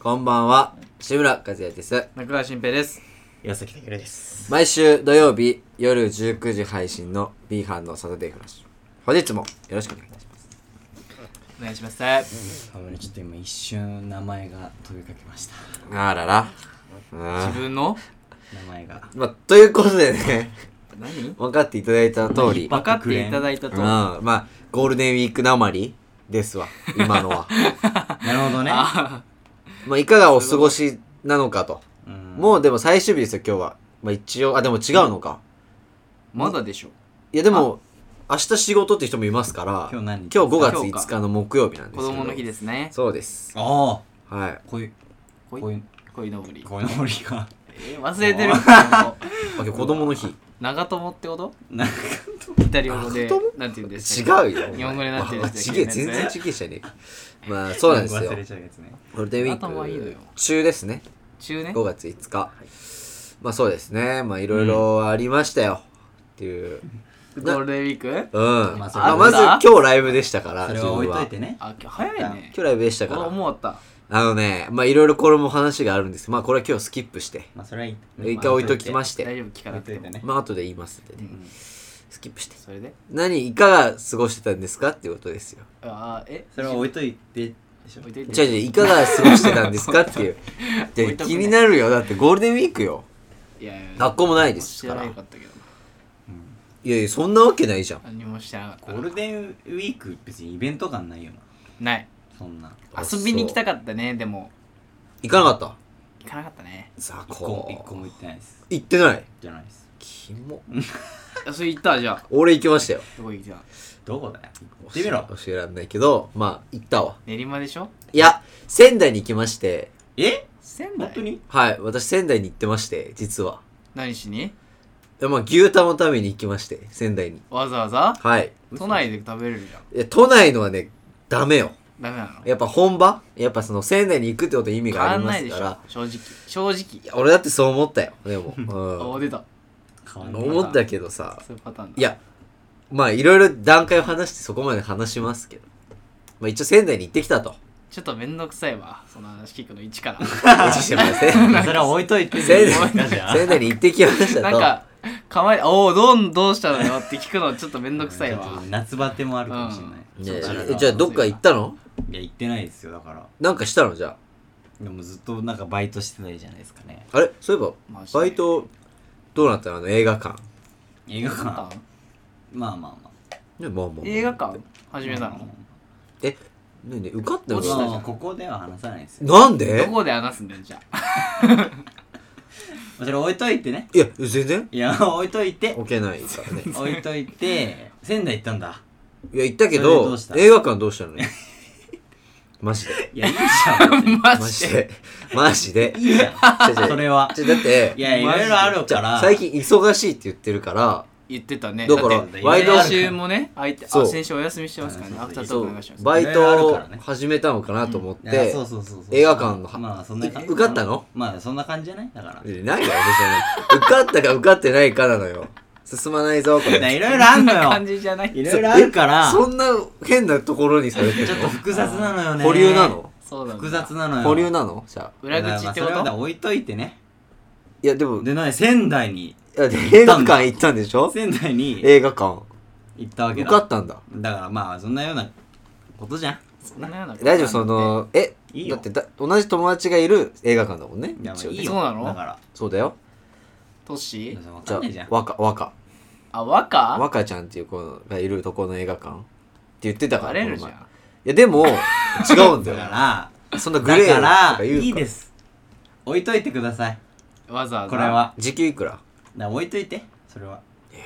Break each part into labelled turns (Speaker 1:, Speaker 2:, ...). Speaker 1: こんばんは、志村和也です。
Speaker 2: 中川新平です。
Speaker 3: 岩崎拓です。
Speaker 1: 毎週土曜日夜19時配信の B 班のサタデーフラッシュ。本日もよろしくお願いいたします。
Speaker 2: お願いします。はい。
Speaker 3: あぶね、ちょっと今一瞬名前が飛びかけました。
Speaker 1: あらら。うん。
Speaker 2: 自分の
Speaker 3: 名 前が。
Speaker 1: まあ、ということでね、
Speaker 2: 何
Speaker 1: 分かっていただいた通り、
Speaker 2: 分かっていただいた
Speaker 1: うん、
Speaker 2: と。
Speaker 1: まあ、ゴールデンウィークなまりですわ、今のは。
Speaker 3: なるほどね。
Speaker 2: あ
Speaker 1: まあ、いかがお過ごしなのかと。もうでも最終日ですよ、今日は。まあ一応、あ、でも違うのか。
Speaker 2: まだでしょ。
Speaker 1: いや、でも、明日仕事って人もいますから、
Speaker 3: 今日何日
Speaker 1: 今日5月
Speaker 2: 今日か
Speaker 1: 5日の木曜日なんです
Speaker 2: 子
Speaker 1: けど
Speaker 2: 供の日ですね。
Speaker 1: そうです。
Speaker 3: あ
Speaker 1: はい。
Speaker 3: あ、こういう、
Speaker 2: こ
Speaker 3: こう
Speaker 2: い
Speaker 3: いう、
Speaker 2: こいのぼり。
Speaker 3: こういうのりが。
Speaker 2: えー忘れて る。
Speaker 1: あ今日子供の日。
Speaker 2: 長友ってこと
Speaker 3: なんか、
Speaker 2: イタリア語で
Speaker 1: 長友、
Speaker 2: なんて言うんです
Speaker 1: 違
Speaker 2: か
Speaker 1: うよ。
Speaker 2: 日本語になってるやつ
Speaker 1: ちげえ、全然ちげえじゃねえ。まあ、そうなんですよ。
Speaker 3: 忘れ
Speaker 1: ゴ
Speaker 3: ちゃうやつね。
Speaker 1: ールデンウィ
Speaker 2: 頭はいいの
Speaker 1: ー
Speaker 2: よ
Speaker 1: ク中ですね。
Speaker 2: 中ね
Speaker 1: 5。月5日。まあそうですね。まあいろいろありましたよ。っていう。
Speaker 2: ゴールデンウィーク
Speaker 1: うん。ま
Speaker 3: まあ
Speaker 1: あ
Speaker 3: それは
Speaker 1: まず今日ライブでしたから、
Speaker 3: それ
Speaker 1: 自
Speaker 3: は置
Speaker 1: 分
Speaker 3: いとい
Speaker 1: は。
Speaker 3: てね。
Speaker 2: あ、今日早いね
Speaker 1: 今。日ライブでした
Speaker 2: 俺
Speaker 1: から。
Speaker 2: 思った。
Speaker 1: あのね、まあいろいろこれも話があるんですけどまあこれは今日スキップして、
Speaker 3: まあ、それはいい。
Speaker 1: 一回置いときまし
Speaker 2: 大
Speaker 1: て、
Speaker 2: 丈夫聞か
Speaker 3: 置
Speaker 2: ない
Speaker 3: と
Speaker 2: くて
Speaker 3: いて
Speaker 2: も。
Speaker 3: ね。
Speaker 1: まあ後で言いますんでね、
Speaker 3: うん
Speaker 1: スキップして。
Speaker 2: それで
Speaker 1: 何、いかが過ごしてたんですかっていうことですよ。
Speaker 2: あー、え
Speaker 3: それは置いといて、でしょ
Speaker 2: 置いとい
Speaker 1: じゃ
Speaker 2: て。
Speaker 1: あいかが過ごしてたんですかって いう。
Speaker 2: と
Speaker 1: で
Speaker 2: ね
Speaker 1: 気になるよ。だってゴールデンウィークよ。
Speaker 2: いやいや
Speaker 1: 学校もないですから
Speaker 2: 知らなかったけど。
Speaker 1: いやいや、そんなわけないじゃん。
Speaker 2: 何もしてなかった
Speaker 3: ゴ
Speaker 2: な。
Speaker 3: ールデンウィーク、別にイベント感ないよな。
Speaker 2: ない
Speaker 3: そんな。
Speaker 1: あ
Speaker 2: 遊びに行きたかったねでも
Speaker 1: 行かなかっ
Speaker 2: 行かなかったね
Speaker 1: た雑
Speaker 3: 一個も、一個
Speaker 1: 魚。
Speaker 3: も言ってないです。
Speaker 1: 行ってない。
Speaker 3: じゃないです。
Speaker 1: キモ。
Speaker 2: あそれ行ったじゃあ
Speaker 1: 俺行きましたよ。
Speaker 2: どこ行った
Speaker 3: どこだよ。行ってみろ。
Speaker 1: 教えらんないけど、まあ行ったわ。
Speaker 2: 練馬でしょ
Speaker 1: いや、仙台に行きまして、
Speaker 3: え
Speaker 2: 仙台
Speaker 3: 本当に
Speaker 1: はい、私仙台に行ってまして、実は。
Speaker 2: 何しに
Speaker 1: いやまあ牛タンのために行きまして、仙台に。
Speaker 2: わざわざ
Speaker 1: はい。
Speaker 2: 都内で食べれるじゃん
Speaker 1: いや都内のはね、ダメよ。
Speaker 2: ダメなの
Speaker 1: やっぱ本場やっぱその仙台に行くってことは意味
Speaker 2: 変
Speaker 1: があ
Speaker 2: わ
Speaker 1: り
Speaker 2: ん
Speaker 1: ま
Speaker 2: ない
Speaker 1: す
Speaker 2: でし
Speaker 1: か
Speaker 2: ょ
Speaker 1: ら。
Speaker 2: 正直正直
Speaker 1: いや俺だってそう思ったよ。でも。
Speaker 2: お
Speaker 1: う
Speaker 2: 出た
Speaker 3: 変わん
Speaker 1: ん。
Speaker 3: ない
Speaker 1: 思ったけどさ。
Speaker 2: そういうパターンだ
Speaker 1: いや、まあいろいろ段階を話してそこまで話しますけど。まあ一応仙台に行ってきたと。
Speaker 2: ちょっとめんどくさいわその話聞くの一から
Speaker 1: 一応してますね
Speaker 3: それは置いといて。
Speaker 1: 仙
Speaker 3: 置いとい
Speaker 1: 台
Speaker 3: てじゃあ
Speaker 1: 仙台に行ってきましたと。
Speaker 2: なんか構えおおどんどうしたのよって聞くのちょっとめんどくさい
Speaker 3: ちょっ
Speaker 2: わ
Speaker 3: と夏バテもあるかもしれ
Speaker 2: うん
Speaker 1: ね
Speaker 3: ない、
Speaker 2: そうだ
Speaker 1: え
Speaker 2: な
Speaker 1: じゃあどっか行ったの
Speaker 3: いや行ってないですよだから
Speaker 1: なんかしたのじゃあ。
Speaker 3: でもずっとなんかバイトしてないじゃないですかね
Speaker 1: あれそういえば、
Speaker 2: マジで
Speaker 1: バイト、どうなったのあの映画館。
Speaker 3: 映画館
Speaker 2: パターン
Speaker 3: まあまあまあ
Speaker 1: ね、まあまあ。
Speaker 2: 映画館始めたの
Speaker 1: え、ねえねえ受かったの
Speaker 2: 落ち
Speaker 3: まあ
Speaker 2: た
Speaker 3: まあここでは話さないですよ
Speaker 1: なん
Speaker 2: ど
Speaker 1: で
Speaker 2: こで話すんだよじゃあ
Speaker 3: それ置いといてね
Speaker 1: いや、全然
Speaker 3: いや置いといて
Speaker 1: 置けないからね。
Speaker 3: 置いといて仙台行ったんだ
Speaker 1: いや、行ったけ
Speaker 3: それでど
Speaker 1: ど
Speaker 3: うし、た
Speaker 1: 映画館どうしたのねマジで。
Speaker 3: いやいいじゃん
Speaker 2: マ
Speaker 1: マジ
Speaker 2: ジで
Speaker 1: で。マジで。
Speaker 3: いいじゃん
Speaker 1: 違う違う
Speaker 3: そ れは
Speaker 1: ちょだって
Speaker 3: い、やいろいろある
Speaker 1: じ
Speaker 3: か
Speaker 1: ゃ
Speaker 3: ら
Speaker 1: あ最近忙しいって言ってるから、
Speaker 2: 言ってたね
Speaker 1: だから
Speaker 2: って
Speaker 1: ワイド
Speaker 2: 先週もね相手
Speaker 1: そ
Speaker 2: あ
Speaker 1: う
Speaker 2: 先週お休みしてますからね
Speaker 3: そう
Speaker 2: アフタート
Speaker 1: そ
Speaker 2: ーク流
Speaker 1: う
Speaker 2: します
Speaker 1: バイ
Speaker 3: い
Speaker 1: ト
Speaker 3: ろいろあ
Speaker 1: を
Speaker 3: るからね
Speaker 1: 始めたのかなと思っ
Speaker 3: いや
Speaker 1: て
Speaker 3: そう、そうそうそう
Speaker 1: 映画館の
Speaker 3: まあそんな感じ
Speaker 1: 受かったの
Speaker 3: まあそんな感じじゃないだから
Speaker 1: 何がよ、別に。受かったか受かってないかなのよ。進まないぞ、こ
Speaker 3: いや
Speaker 1: れ。
Speaker 3: いろいろあんの
Speaker 2: そんな感
Speaker 3: よ
Speaker 2: じじゃない
Speaker 3: いろいろあるから
Speaker 1: そんな変なところにされて
Speaker 3: ちょ
Speaker 1: る
Speaker 3: っと複雑なのよ
Speaker 1: の
Speaker 3: ね
Speaker 1: 保留なの
Speaker 2: そうなんだ
Speaker 3: 複雑なのよ
Speaker 1: 保留なのじゃあ。
Speaker 2: 裏口ってこ
Speaker 3: まあそれは
Speaker 2: と
Speaker 3: 置いといてね
Speaker 1: いや、でも、
Speaker 3: でなに仙台に
Speaker 1: いや映画館行ったんでしょ
Speaker 3: 仙台に
Speaker 1: 映画館。
Speaker 3: 行ったわけ
Speaker 1: 受
Speaker 3: だ
Speaker 1: かったんだ。
Speaker 3: だからまあそんなようなことじゃん
Speaker 2: そんなようなこと
Speaker 1: 大丈夫その、え、
Speaker 3: いい
Speaker 1: だ
Speaker 3: よ
Speaker 1: ってだ同じ友達がいる映画館だもんね。
Speaker 3: いやまあ
Speaker 1: 一応
Speaker 3: い
Speaker 1: ね
Speaker 3: いよ
Speaker 2: そうなの
Speaker 3: だから
Speaker 1: そうだよ。
Speaker 2: トッシー
Speaker 3: 分
Speaker 1: じ
Speaker 3: か
Speaker 1: ゃ
Speaker 3: んないじゃん
Speaker 1: あ、若、若。
Speaker 2: あ若
Speaker 1: 若ちゃんっていう子がいるとこの映画館って言ってたか
Speaker 2: バ
Speaker 1: ら。
Speaker 2: レるじゃ
Speaker 1: この前い
Speaker 2: ん
Speaker 1: や、で も、違うんだ
Speaker 3: だ
Speaker 1: よ。
Speaker 3: か
Speaker 1: そんな
Speaker 3: ら
Speaker 1: グレー
Speaker 3: だか
Speaker 1: とから言う
Speaker 3: いいです置いといてください
Speaker 2: わざわざ
Speaker 3: これは
Speaker 1: 時給いくら
Speaker 3: だから置いといてそれは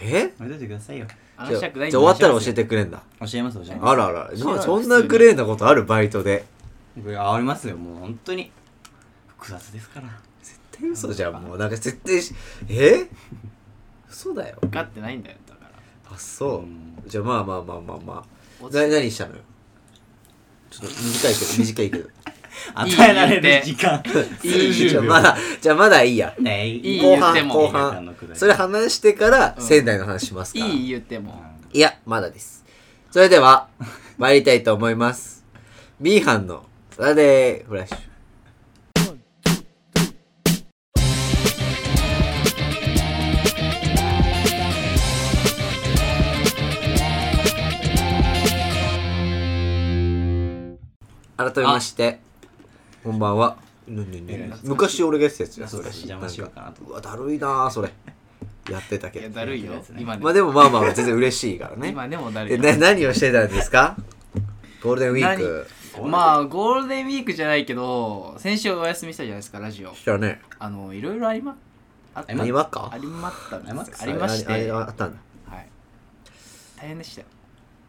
Speaker 1: え
Speaker 3: 置いといてくださいよ
Speaker 2: 話したくないん
Speaker 1: じ
Speaker 2: だ
Speaker 1: ゃあ終わったら教えてくれんだ。
Speaker 3: 教えます教えま
Speaker 1: あらあら。
Speaker 2: 知らない
Speaker 1: そんなグレーなことあるバイトで。
Speaker 3: すいやありますよもう本当に複雑ですから。
Speaker 1: 絶対嘘じゃん、もう。なんか絶対し、え嘘だよ。
Speaker 2: 分かってないんだよだから
Speaker 1: あ、そううんじゃあまあまあまあまあまあ。
Speaker 2: 落
Speaker 1: な
Speaker 2: ち
Speaker 1: 何したのよちょっと短いけど、短いけど。
Speaker 2: いい
Speaker 3: 与えら
Speaker 2: 言
Speaker 3: れ
Speaker 2: っ
Speaker 3: る
Speaker 2: て
Speaker 3: 時間
Speaker 2: い い
Speaker 1: じゃあ
Speaker 3: 数十秒
Speaker 1: まだ、じゃあまだいいや。
Speaker 3: ね
Speaker 2: いい
Speaker 1: 後
Speaker 2: 言って
Speaker 1: 半、
Speaker 2: も
Speaker 1: 後
Speaker 3: 映画館の
Speaker 1: 半
Speaker 3: くだ。り
Speaker 1: それ話してから、
Speaker 2: うん
Speaker 1: 仙台の話しますから。
Speaker 2: いい言っても
Speaker 1: いや、まだです。それでは、参りたいと思います。B 班のサタデーフラッシュ。改めまして、こんばんは。昔俺がやってたやつや、
Speaker 3: 懐かしい邪魔しようかなと
Speaker 1: うわ、だるいなぁ、それ。やってたけ
Speaker 2: いや
Speaker 1: ど。
Speaker 2: だるいよ
Speaker 3: やってるやつね
Speaker 2: 今
Speaker 1: まあでもまあまあ、全然嬉しいからね。
Speaker 2: 今でもだる
Speaker 1: え
Speaker 2: いよ
Speaker 1: な何をしてたんですかゴールデンウィーク。
Speaker 2: まあゴールデンウィークじゃないけど先週お休みしたじゃないですかラジオ
Speaker 1: したね。
Speaker 2: あのいろいろありまあった
Speaker 3: えま
Speaker 1: 何
Speaker 2: あ
Speaker 1: ばっか
Speaker 2: りまったんですよ
Speaker 3: あ
Speaker 2: ありまして
Speaker 1: あれあれ
Speaker 2: は
Speaker 1: あったんだ。
Speaker 2: い大変でしたよ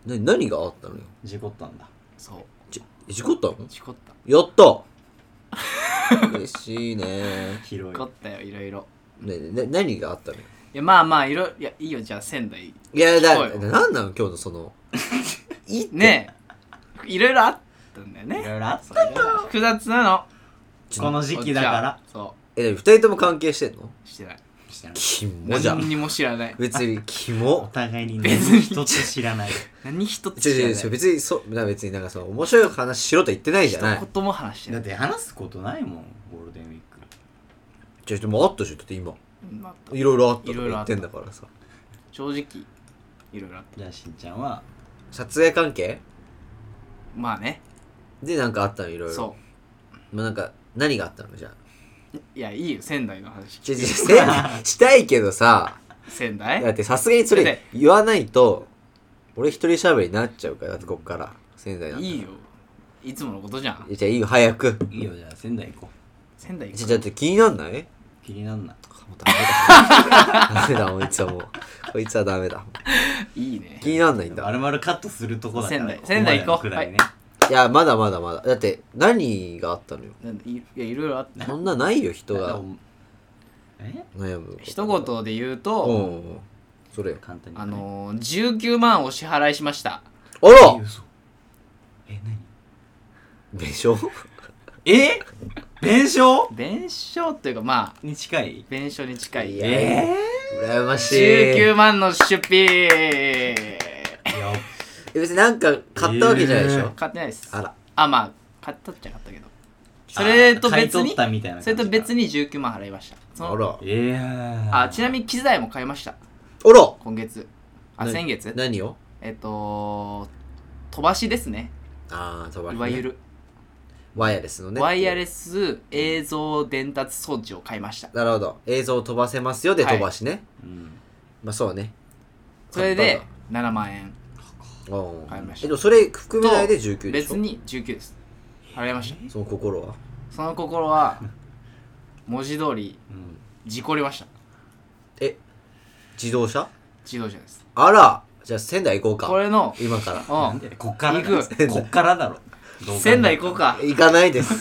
Speaker 1: な何があったのよ。
Speaker 3: 事故ったんだ
Speaker 2: そう
Speaker 1: じ事故ったの
Speaker 2: 事故った
Speaker 1: や った嬉しいね
Speaker 3: 広
Speaker 2: 事故
Speaker 3: い
Speaker 2: ったよいろいろ
Speaker 1: ねね何があったのよ。
Speaker 2: いやまあまあいろいやいいよじゃあ仙台
Speaker 1: いや、
Speaker 2: そ
Speaker 1: だ、
Speaker 2: うよ
Speaker 1: なんなの今日のそ の。いいって
Speaker 2: ねえいろいろあったんだよ
Speaker 3: い
Speaker 2: ね
Speaker 3: ろいろあった
Speaker 2: 複雑なの
Speaker 3: この時期だから
Speaker 2: そ
Speaker 1: え、でも二人とも関係してんの
Speaker 2: うしてない
Speaker 3: してない
Speaker 1: キモじゃ
Speaker 2: 何
Speaker 1: ん。
Speaker 2: にも知らない
Speaker 1: 別にキ
Speaker 3: お
Speaker 1: モ。
Speaker 3: 互いに
Speaker 2: 別に
Speaker 3: 何一つ知らない
Speaker 2: 何一つ
Speaker 1: 違う違う違う
Speaker 2: 知らない
Speaker 1: 別にそうな別になんかその面白い話しろと言ってないじゃない
Speaker 2: 一言も話して
Speaker 3: だ
Speaker 2: な
Speaker 3: っ
Speaker 2: い
Speaker 3: て話すことないもんゴールデンウィーク
Speaker 1: ちょでもあったでしょだって今
Speaker 2: うんまあ
Speaker 1: いろいろあったと
Speaker 2: い
Speaker 1: か
Speaker 2: ろいろ
Speaker 1: 言
Speaker 2: あ
Speaker 1: っ
Speaker 2: ってた
Speaker 1: んだからさ
Speaker 2: 正直いろいろあった
Speaker 3: じゃあしんちゃんは
Speaker 1: 撮影関係
Speaker 2: まあね
Speaker 1: でなんかあったのいろいろ
Speaker 2: そ
Speaker 1: まあなんか何があったのじゃあ
Speaker 2: ういやいいよ仙台の話
Speaker 1: ちょちょせ したいけどさ
Speaker 2: 仙台
Speaker 1: だってさすがにそれ言わないと俺一人喋りになっちゃうからだってこっから仙台なんだ
Speaker 2: いいよいつものことじゃん
Speaker 1: えじゃあいいよ早く
Speaker 3: いいよじゃあ仙台行こ
Speaker 2: 仙台
Speaker 1: じ
Speaker 2: 行
Speaker 1: ゃだ
Speaker 2: く
Speaker 1: って気になん ない
Speaker 3: う気になんない
Speaker 1: もうダメだダメだこいつはもうこいつはダメだ
Speaker 2: いいね
Speaker 1: 気になんないんだ
Speaker 3: まるまるカットするとこだから
Speaker 2: 仙台仙台行こう
Speaker 3: ここまでのくらいね、
Speaker 1: いや、まだまだまだ。だって、何があったのよ。
Speaker 2: なんでいいやいろいろあった
Speaker 1: そんなないよ、人
Speaker 3: だから
Speaker 1: が
Speaker 3: おえ
Speaker 1: 悩むこと。
Speaker 2: 一言で言う
Speaker 1: うん
Speaker 2: と
Speaker 1: うんうん。それよ。
Speaker 3: 簡単に
Speaker 2: あのー19万お支払いしまし
Speaker 1: あ
Speaker 2: た
Speaker 1: ら
Speaker 3: え嘘え何
Speaker 1: でし ょ
Speaker 3: え弁償
Speaker 2: 弁償というかまあ
Speaker 3: に近い
Speaker 2: 弁償に近い
Speaker 1: いや
Speaker 3: え
Speaker 1: 羨ましい。
Speaker 2: 19万の出費
Speaker 3: ー、やっ
Speaker 1: え別になんか買ったわけじゃないでしょ。
Speaker 2: 買ってないです
Speaker 1: あら。
Speaker 2: あまあ買ったっちゃ買ったけどそれと
Speaker 3: あ買い
Speaker 2: 別
Speaker 3: 取
Speaker 2: に
Speaker 3: ったみたいな
Speaker 2: それと別
Speaker 3: に
Speaker 2: に19万払いましたその
Speaker 1: あら。
Speaker 3: えー、
Speaker 2: あちなみに機材も買いました
Speaker 1: あら
Speaker 2: 今月あ
Speaker 1: な
Speaker 2: 先月
Speaker 1: 何を
Speaker 2: えっと飛ばしですね
Speaker 1: ああ、飛ば
Speaker 2: いわゆ。る
Speaker 1: ワイヤレスのね。
Speaker 2: ワイヤレ
Speaker 1: ス。
Speaker 2: ス映像伝達装置を買いました
Speaker 1: なるほど。映像を飛ばせますよで
Speaker 2: はい
Speaker 1: 飛ばしね。
Speaker 3: うん、
Speaker 1: まあそうね。
Speaker 2: それで7万円
Speaker 1: うん。
Speaker 2: 買いました
Speaker 1: え、でもそれ含めないで19でしょ
Speaker 2: 別に19です払いました
Speaker 1: その心は
Speaker 2: その心は文字通り
Speaker 3: うん、
Speaker 2: 事故りました
Speaker 1: え、自動車
Speaker 2: 自動車です
Speaker 1: あらじゃあ仙台行こう
Speaker 2: こ
Speaker 1: か。
Speaker 2: れの
Speaker 1: 今から。
Speaker 3: な
Speaker 2: うんん
Speaker 3: でこっからだ
Speaker 2: 行
Speaker 1: く
Speaker 3: こっからだろどう考えて も
Speaker 2: 仙台行こうか
Speaker 1: 行かない です。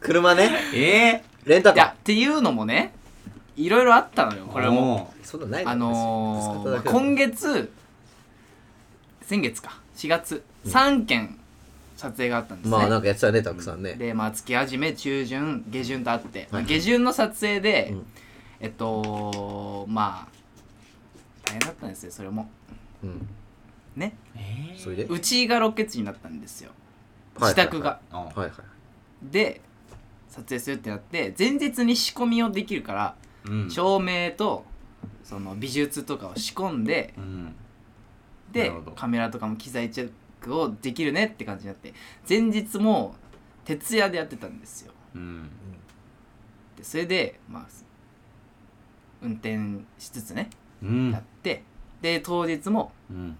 Speaker 1: 車ね。
Speaker 3: え
Speaker 1: レンタ
Speaker 2: い
Speaker 1: カー
Speaker 2: や。っていうのもねいろいろあったのよ
Speaker 3: ー、
Speaker 2: これも
Speaker 1: そんなない
Speaker 2: あのー、今
Speaker 1: 今
Speaker 2: 月先月か4月3件撮影があったんですね、
Speaker 1: まあなんかやってたねたくさんね、
Speaker 2: でまあ月始め中旬下旬とあって、まあ
Speaker 1: はい
Speaker 2: 下旬の撮影で、
Speaker 1: うん
Speaker 2: えっとまあ大変だったんですよそれも
Speaker 1: うん
Speaker 2: ね
Speaker 3: えー、
Speaker 1: それで
Speaker 2: うちがロケ地になったんですよ
Speaker 1: はい
Speaker 2: 自宅が
Speaker 3: あ
Speaker 1: はいはい
Speaker 2: で撮影するってなって前日に仕込みをできるから、
Speaker 3: うん
Speaker 2: 照明とその美術とかを仕込んで、
Speaker 3: うんな
Speaker 2: で
Speaker 3: るほど
Speaker 2: カメラとかも機材チェックをできるねって感じになって前日も徹夜でやってたんですよ
Speaker 3: うん
Speaker 2: でそれでまあ運転しつつね
Speaker 3: う
Speaker 2: やっ
Speaker 3: ん
Speaker 2: てで当日も
Speaker 3: うん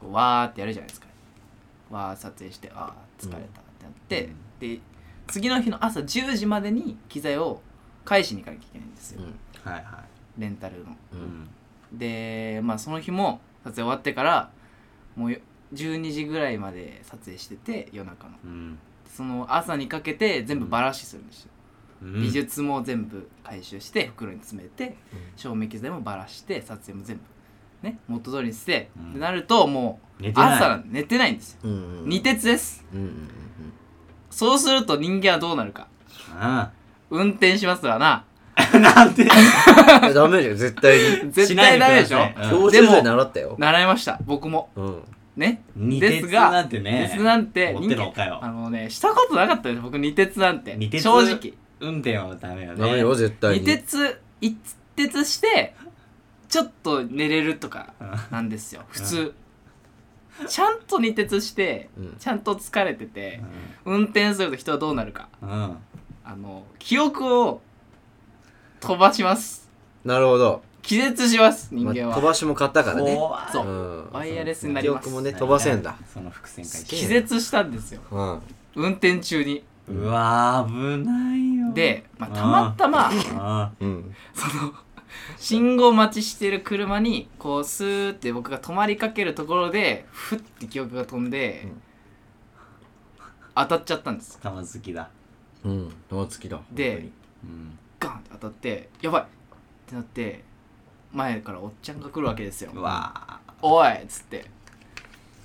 Speaker 2: こうわーってやるじゃないですかわー撮影してあー疲れたってなって、で次の日の朝10時までに機材を返しに行かなきゃいけないんですよ、
Speaker 1: うん
Speaker 3: はいは
Speaker 2: レンタルの
Speaker 3: い、
Speaker 1: うん
Speaker 2: でまあその日も撮影終わってからもうよ12時ぐらいまで撮影してて夜中の
Speaker 3: うん
Speaker 2: その朝にかけて全部バラしするんですよ、
Speaker 3: うん、
Speaker 2: 美術も全部回収して袋に詰めて照明機材もバラして撮影も全部ね元通りにして、
Speaker 3: うん
Speaker 2: ってなるともう
Speaker 3: 寝てない
Speaker 2: 朝なんで寝てないんですよ
Speaker 1: うんうん
Speaker 2: 二鉄です
Speaker 1: うんうんうん
Speaker 2: そうすると人間はどうなるか
Speaker 3: あ
Speaker 2: 運転しますわな
Speaker 3: あなん で
Speaker 1: うんいやダメじゃん絶対に
Speaker 2: 絶対ダメでしょ
Speaker 3: しないでください
Speaker 1: 教習所で習ったよ
Speaker 2: 習いました僕も
Speaker 1: うん
Speaker 2: ね
Speaker 3: 二
Speaker 2: です
Speaker 3: 鉄
Speaker 2: が
Speaker 3: なんてね
Speaker 2: 鉄なんて
Speaker 3: 持っ
Speaker 2: 人
Speaker 3: てろ
Speaker 2: 間
Speaker 3: かよ
Speaker 2: あのねしたことなかったです僕二鉄なんて
Speaker 3: 二鉄
Speaker 2: 正直
Speaker 3: 運転はダメよね
Speaker 1: ダメよ絶対
Speaker 2: 二
Speaker 1: に
Speaker 2: 鉄一鉄してちょっと寝れるとかなんですよ普通、ちゃんと二徹して、
Speaker 1: うん
Speaker 2: ちゃんと疲れてて運転すると人はどうなるか
Speaker 3: うん
Speaker 2: あの記憶を飛ばします
Speaker 1: なるほど、
Speaker 2: 気絶します人
Speaker 1: まあ
Speaker 2: 間は、
Speaker 1: 飛ばしも買ったからね
Speaker 3: 怖い
Speaker 2: そう
Speaker 1: うん
Speaker 2: ワイヤレスになります
Speaker 1: 記憶もね飛ばせんだ
Speaker 3: その伏線回
Speaker 1: すげ
Speaker 3: 収
Speaker 1: え
Speaker 2: 気絶したんですよ
Speaker 1: うん
Speaker 2: 運転中に
Speaker 3: うわー危ないよ
Speaker 2: で、まあ、
Speaker 3: うん
Speaker 2: たまたま
Speaker 3: あ
Speaker 1: うん
Speaker 2: その信号待ちしてる車にこうスーって僕が止まりかけるところでふって記憶が飛んで、
Speaker 1: うん
Speaker 2: 当たっちゃったんです
Speaker 3: ー玉好きだ
Speaker 1: うん玉突きだ
Speaker 2: で
Speaker 3: うん
Speaker 2: ガンって当たってやばいってなって前からおっちゃんが来るわけですよ
Speaker 3: うわ
Speaker 2: 「おい!」っつって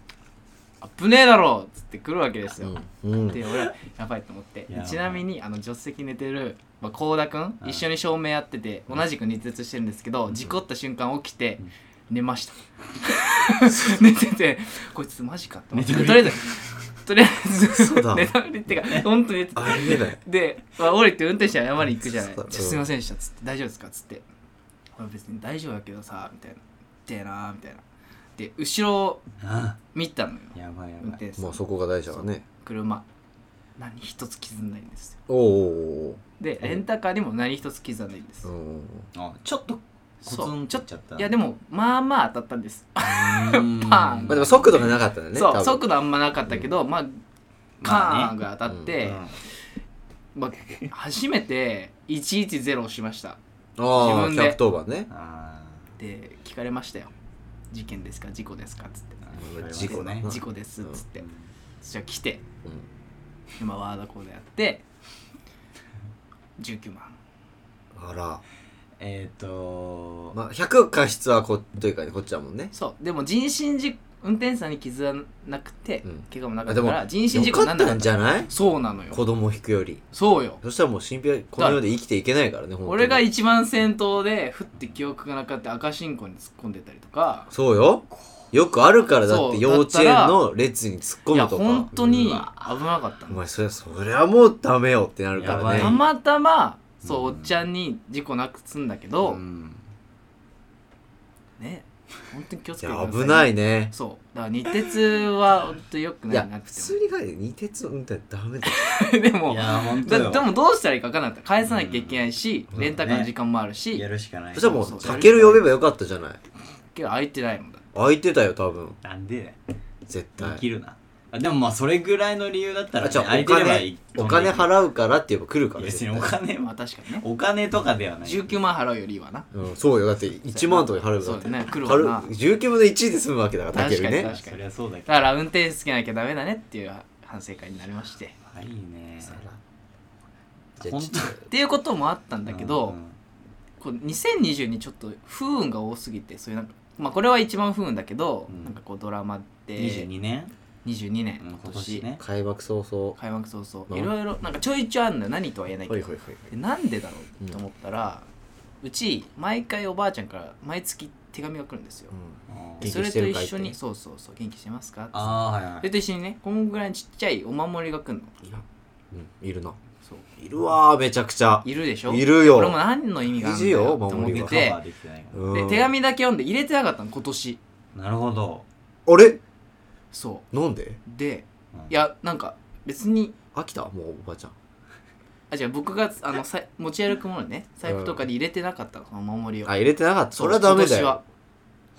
Speaker 2: 「危ねえだろ!」っつって来るわけですよ、
Speaker 1: うんうん
Speaker 2: で俺はやばいと思って
Speaker 3: やばい
Speaker 2: ちなみにあの助手席寝てるまあ幸田君
Speaker 3: うん
Speaker 2: 一緒に照明やってて同じく熱絶してるんですけど事故った瞬間起きて
Speaker 3: うん
Speaker 2: 寝ました 寝ててこいつマジかと思って
Speaker 3: 寝
Speaker 2: と
Speaker 3: て
Speaker 2: りあ
Speaker 3: る
Speaker 2: えずとりあえず
Speaker 1: そうだ
Speaker 2: 寝たふりってか本当に寝てて
Speaker 1: ありえ ない
Speaker 2: で、まあ、降りて運転手に謝りに行くじゃない
Speaker 1: そうだ
Speaker 2: 「ちょすいませんでした」っつって「大丈夫ですか?」っつって「俺別に大丈夫やけどさ」みたいな「でな」みたいなで後ろを
Speaker 3: ーあ
Speaker 2: 見たのよ
Speaker 3: やばいや
Speaker 2: 運
Speaker 3: ばい
Speaker 2: 転手さん
Speaker 1: まあそこが大事だからね
Speaker 2: 車何一つ傷ないんですよ
Speaker 1: おうおう
Speaker 2: でレンタカーにも何一つ傷はないんです、
Speaker 1: おううん
Speaker 3: あちょっとコツ
Speaker 2: そ
Speaker 3: ン
Speaker 2: う
Speaker 3: ち
Speaker 2: ち
Speaker 3: ょ
Speaker 2: ょ
Speaker 3: っちゃった
Speaker 2: いやでもまあまあ当たったんです、
Speaker 3: も
Speaker 2: パーン
Speaker 1: まあでも速度がなかったんだね
Speaker 2: そ
Speaker 1: 多
Speaker 2: う
Speaker 1: 分
Speaker 2: 速度あんまなかったけど、まあカーンが当たって、
Speaker 3: うん
Speaker 2: まあ、初めて110をしました
Speaker 1: ああ
Speaker 2: 自分で
Speaker 1: 110番ね
Speaker 3: あ
Speaker 2: で聞かれましたよ事件ですか事故ですかっつって
Speaker 3: ー
Speaker 1: 事故ね
Speaker 2: で事故ですっつって、
Speaker 3: うん
Speaker 2: そしたら来て
Speaker 1: うん
Speaker 2: 今ワードコードやって19万
Speaker 1: あら
Speaker 3: えっと
Speaker 1: まあ100過失はこというかねこっちだもんね
Speaker 2: そうでも人身事運転手さんに傷はなくて、
Speaker 1: うん
Speaker 2: 怪我もなかったか
Speaker 1: あ
Speaker 2: ら人身事
Speaker 1: よ
Speaker 2: 故
Speaker 1: か
Speaker 2: にな
Speaker 1: っ
Speaker 2: んな
Speaker 1: た
Speaker 2: かっ
Speaker 1: ん
Speaker 2: た
Speaker 1: じゃない
Speaker 2: そうなのよ
Speaker 1: 子供引くより
Speaker 2: そうよ
Speaker 1: そしたらもう新品はこの世で生きていけないからね本当に
Speaker 2: 俺が一番先頭でふって記憶がなくなって赤信号に突っ込んでたりとか
Speaker 1: そうよよくあるからだっ
Speaker 2: そ
Speaker 1: て
Speaker 2: う
Speaker 1: 幼稚園の列に突っ
Speaker 2: い
Speaker 1: 込
Speaker 2: や
Speaker 1: むとか
Speaker 2: 本当
Speaker 1: う
Speaker 2: に危
Speaker 1: わ
Speaker 2: なかった
Speaker 1: お
Speaker 2: の
Speaker 1: 前そりゃそりゃもうダメよってなるか
Speaker 3: や
Speaker 1: ら
Speaker 3: ばい
Speaker 2: た
Speaker 1: ね
Speaker 2: またまそう
Speaker 3: う
Speaker 2: お
Speaker 3: ん
Speaker 2: っちゃんに事故なくすんだけど、
Speaker 3: うん
Speaker 2: ね本当に気をつ
Speaker 1: い
Speaker 2: けてくだ
Speaker 1: や
Speaker 2: さい、
Speaker 1: 危ないね
Speaker 2: そうだから日鉄は本当よく
Speaker 1: い
Speaker 2: ない
Speaker 1: や
Speaker 2: なっ
Speaker 1: 普通に書いて二鉄運転ダメだよ
Speaker 2: て でも
Speaker 3: いや本当
Speaker 2: だ
Speaker 3: よ
Speaker 2: でもどうしたらいいか分からなかった返さなきゃいけないし、
Speaker 1: うん
Speaker 2: レンタカーの時間もあるし、
Speaker 3: やるしかない
Speaker 1: そしたらも
Speaker 2: そううそう
Speaker 1: タケル呼べばよかったじゃない
Speaker 2: けど空いてないもんだ
Speaker 1: 空いてたよ多分
Speaker 3: なんでだよ
Speaker 1: 絶
Speaker 3: で
Speaker 1: 対
Speaker 3: きるな、あでもまあそれぐらいの理由だったら、
Speaker 1: あ
Speaker 3: ね、
Speaker 1: じゃあ
Speaker 3: 空
Speaker 1: お
Speaker 3: いてればい
Speaker 1: 金
Speaker 3: い
Speaker 1: お金
Speaker 3: う
Speaker 1: 払うからって言えば来るから
Speaker 3: 別
Speaker 1: 絶
Speaker 3: に
Speaker 1: 対
Speaker 3: お 金
Speaker 2: まあ
Speaker 3: は
Speaker 2: 確かにね
Speaker 3: お金とかではない
Speaker 2: 19万払うよりはな
Speaker 1: うんそうよだって1万とかに払うか
Speaker 2: そ
Speaker 1: ら
Speaker 2: うだね来る
Speaker 1: 軽
Speaker 2: わ
Speaker 1: い
Speaker 2: な
Speaker 1: 19分の1で済むわけだからタケル
Speaker 2: 確かに確
Speaker 1: ね
Speaker 2: かに
Speaker 3: そりゃそうだけど
Speaker 2: だから運転手つけなきゃダメだねっていう反省会になりまして
Speaker 3: いいね
Speaker 1: さら
Speaker 3: じゃあちょっと
Speaker 2: っていうこともあったんだけど、
Speaker 3: うん
Speaker 2: こう2020にちょっと不運が多すぎてそういうなんか、まあ、これは一番不運だけど、
Speaker 3: うん
Speaker 2: なんかこうドラマで
Speaker 3: 22年、
Speaker 2: 22年
Speaker 3: うん
Speaker 2: 今
Speaker 3: 今
Speaker 2: 年,、
Speaker 3: 年ね
Speaker 1: 開幕早々
Speaker 2: 開幕早々、
Speaker 1: うん
Speaker 2: いろいろなんかちょいちょいあんのよ何とは言えないけ
Speaker 1: は
Speaker 2: ど、
Speaker 1: いはいはいはい
Speaker 2: でなんでだろうと思ったら、うち毎回おばあちゃんから毎月手紙が来るんですよ、
Speaker 3: あ
Speaker 2: で
Speaker 1: 元気
Speaker 2: それ
Speaker 1: して
Speaker 2: と
Speaker 1: る
Speaker 2: 一
Speaker 1: かいって
Speaker 2: 緒にそうそうそう元気してますかって
Speaker 3: あーはいは
Speaker 2: それ
Speaker 3: い
Speaker 2: と一緒にねこんぐらいちっちゃいお守りが来るの
Speaker 1: いやうんいるな
Speaker 2: そう
Speaker 1: いるわーめちゃくちゃ
Speaker 2: いるでしょ
Speaker 1: いるよ
Speaker 2: 俺も何の意味があるんだよと思っ
Speaker 1: いる
Speaker 2: て
Speaker 1: よ
Speaker 2: て
Speaker 3: カバーできてないから
Speaker 1: う
Speaker 2: で
Speaker 1: ん
Speaker 2: 手紙だけ読んで入れてなかったの今年
Speaker 3: なるほど、
Speaker 1: あれ
Speaker 2: そ
Speaker 1: なんで
Speaker 2: うで
Speaker 3: うん
Speaker 2: いやなんか別に
Speaker 1: 飽きたもうおばあちゃん
Speaker 2: あじゃあ僕があのさ持ち歩くものね財布とかに入れてなかったのこのお守りを
Speaker 1: あ入れてなかった
Speaker 2: そ
Speaker 1: そうれはダメだよ
Speaker 3: は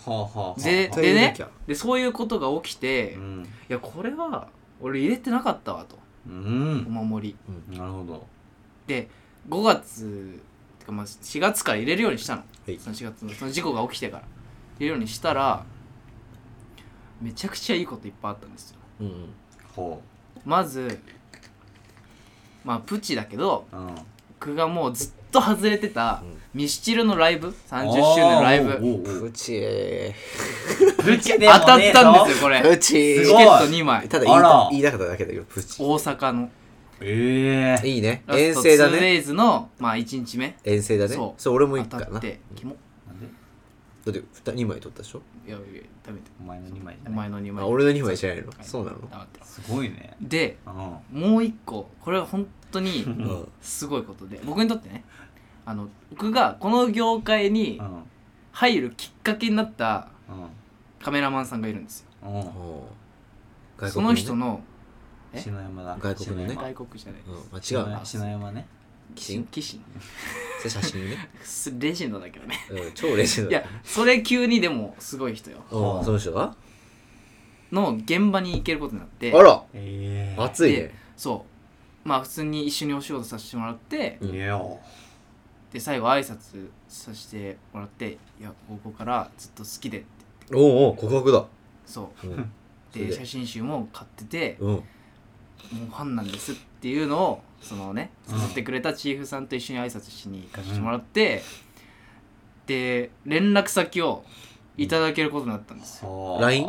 Speaker 3: あはあはあ
Speaker 2: で
Speaker 1: 絶対入れなきゃ
Speaker 2: でそういうことが起きて、
Speaker 3: う
Speaker 2: い
Speaker 3: ん、
Speaker 2: やこれは俺入れてなかったわと
Speaker 3: うん
Speaker 2: お守り
Speaker 3: なるほど
Speaker 2: で5月てかまあ4月から入れるようにしたの
Speaker 1: はい
Speaker 2: その4月のその事故が起きてから入れるようにしたらめちゃくちゃいいこといっぱいあったんですよ
Speaker 1: うん
Speaker 3: ほ
Speaker 2: まずまあプチだけど
Speaker 3: う、うん、
Speaker 2: 僕がもうずっと外れてた
Speaker 1: うん
Speaker 2: ミスチルのライブ30周年のライ
Speaker 3: あー
Speaker 2: ブ
Speaker 3: おうおうおう
Speaker 1: プチー
Speaker 3: プチ
Speaker 2: 当たったん
Speaker 3: でもねえ
Speaker 2: ですよ
Speaker 3: ぞ
Speaker 2: これ
Speaker 1: プチ
Speaker 2: チケ
Speaker 1: ー
Speaker 3: すごい
Speaker 2: ット2枚
Speaker 1: ただ言い
Speaker 3: あ
Speaker 1: た
Speaker 3: ら
Speaker 1: 言いたかっただけだけどプチ
Speaker 2: 大阪の
Speaker 3: ええ
Speaker 1: いいね
Speaker 2: ラ
Speaker 1: 遠
Speaker 2: スト
Speaker 1: 征だね
Speaker 2: 2days のまあ1日目
Speaker 1: 遠征だね
Speaker 2: そう
Speaker 1: そう俺も
Speaker 2: 当
Speaker 1: 行った
Speaker 2: た
Speaker 1: な
Speaker 2: っ
Speaker 1: だって
Speaker 2: てキモ
Speaker 3: なんで
Speaker 1: 2枚取ったでしょ
Speaker 2: いやいや食べて
Speaker 3: お前の2枚
Speaker 2: お
Speaker 3: じゃない
Speaker 2: 前の2枚
Speaker 1: あ俺の2枚じゃないの
Speaker 2: はい
Speaker 1: そうなの
Speaker 2: 黙ってろ
Speaker 3: すごいね
Speaker 2: で
Speaker 3: うん
Speaker 2: もう一個これは本当に
Speaker 1: うん
Speaker 2: すごいことで僕にとってねあの僕がこの業界に
Speaker 3: うん
Speaker 2: 入るきっかけになった
Speaker 3: うん
Speaker 2: カメラマンさんがいるんですよ
Speaker 3: うん
Speaker 1: 外国ね
Speaker 2: その人のえ
Speaker 3: 篠山だ
Speaker 1: 外国のね
Speaker 3: 篠山
Speaker 2: 外国じゃない
Speaker 1: うん、間違う
Speaker 3: 篠
Speaker 1: な
Speaker 3: 山篠山ね
Speaker 1: 寄進
Speaker 2: 寄進
Speaker 1: それ写真ね、
Speaker 2: すレジェンドだけど ね
Speaker 1: うん、超レジェンド
Speaker 2: いやそれ急にでもすごい人よ
Speaker 1: うんその人が
Speaker 2: の現場に行けることになって
Speaker 1: あら
Speaker 3: ええ
Speaker 1: 熱いね
Speaker 2: そうまあ普通に一緒にお仕事させてもらって
Speaker 1: うん
Speaker 3: いやよ
Speaker 2: で最後挨拶させてもらって「いやここからずっと好きで」って
Speaker 1: おうおう告 白だ
Speaker 2: そ
Speaker 1: うん
Speaker 2: う
Speaker 1: それ
Speaker 2: で
Speaker 1: で
Speaker 2: 写真集も買ってて
Speaker 1: うん
Speaker 2: 「もうファンなんです」っていうのをそのね
Speaker 3: うん
Speaker 2: 誘ってくれたチーフさんと一緒に挨拶しに行かせてもらって、で連絡先をいただけることになったんですよ、
Speaker 3: そう
Speaker 1: LINE？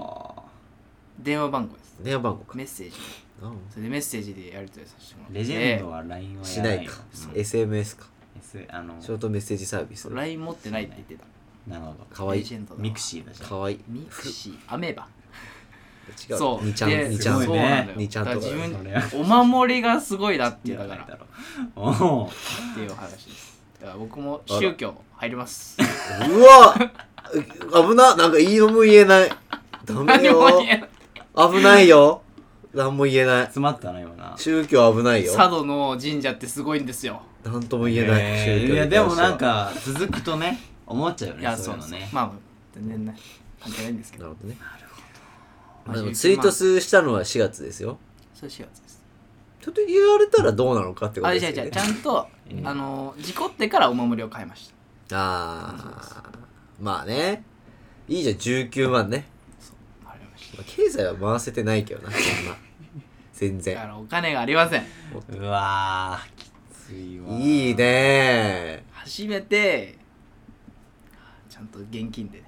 Speaker 2: 電話番号です
Speaker 1: 電話番号か
Speaker 2: メッセージ
Speaker 1: うん
Speaker 2: それでメッセージでやり取りさせてもらって
Speaker 3: レジェンドは LINE は
Speaker 1: し
Speaker 3: や
Speaker 1: な
Speaker 3: ら
Speaker 1: い
Speaker 3: よ
Speaker 1: か
Speaker 2: そう
Speaker 1: SMS か
Speaker 3: S あの
Speaker 1: ショートメッセージサービス
Speaker 2: そう LINE 持ってないって言ってた
Speaker 3: なるほど
Speaker 1: かわい
Speaker 2: レジ
Speaker 1: い
Speaker 2: ェンドだ
Speaker 3: ミクシーだじゃん
Speaker 1: かわいい
Speaker 2: ミクシーアメーバ
Speaker 1: 違う
Speaker 2: そう
Speaker 1: 2ちゃん
Speaker 2: で
Speaker 1: 2ちゃん
Speaker 3: す
Speaker 2: そ
Speaker 3: ご
Speaker 2: う
Speaker 3: い
Speaker 2: な
Speaker 3: ね
Speaker 2: のよ
Speaker 1: 二ちゃんとか
Speaker 2: だから自
Speaker 3: そ
Speaker 2: 分
Speaker 3: れは
Speaker 2: お守りがすごいなっていうだ
Speaker 3: な
Speaker 2: か
Speaker 3: い
Speaker 2: ら
Speaker 3: だろおお
Speaker 2: っていう話ですだから僕も宗教入ります
Speaker 1: うわ危ななんかいいのも言えないダメ
Speaker 2: 何
Speaker 1: よ
Speaker 2: も言えない
Speaker 1: 危ないよ何も言えない
Speaker 3: 詰まったな今な
Speaker 1: 宗教危ないよ
Speaker 2: 佐渡の神社ってすごいんですよ
Speaker 1: 何とも言えない、宗
Speaker 3: え
Speaker 1: 教
Speaker 3: ーいや
Speaker 1: に対して
Speaker 3: で
Speaker 1: は
Speaker 3: もなんか続くとね思っちゃうよ
Speaker 2: いや
Speaker 3: ね
Speaker 2: そ
Speaker 3: そうう
Speaker 2: い
Speaker 3: いうう
Speaker 2: のね
Speaker 3: のね
Speaker 2: まあ全然ね関係ないんですけ
Speaker 1: な
Speaker 2: ど
Speaker 1: るほどね
Speaker 2: まあ
Speaker 1: でもツイート数したのは4月ですよ
Speaker 2: それ4月です
Speaker 1: ちょっと言われたらどうなのかってこと
Speaker 2: あ
Speaker 1: で
Speaker 2: じ
Speaker 1: す
Speaker 2: ゃ
Speaker 1: よ
Speaker 2: じゃ
Speaker 1: ね
Speaker 2: ちゃんと
Speaker 3: うん
Speaker 2: あの事故ってからお守りを買いました
Speaker 1: ああまあねいいじゃん19万ね
Speaker 2: 買いまし
Speaker 1: まあ経済は回せてないけどなそんな全
Speaker 2: ただか
Speaker 1: 然
Speaker 2: らお金がありません
Speaker 3: うわーきついわ
Speaker 1: いいね
Speaker 2: 初めてちゃんと現金でね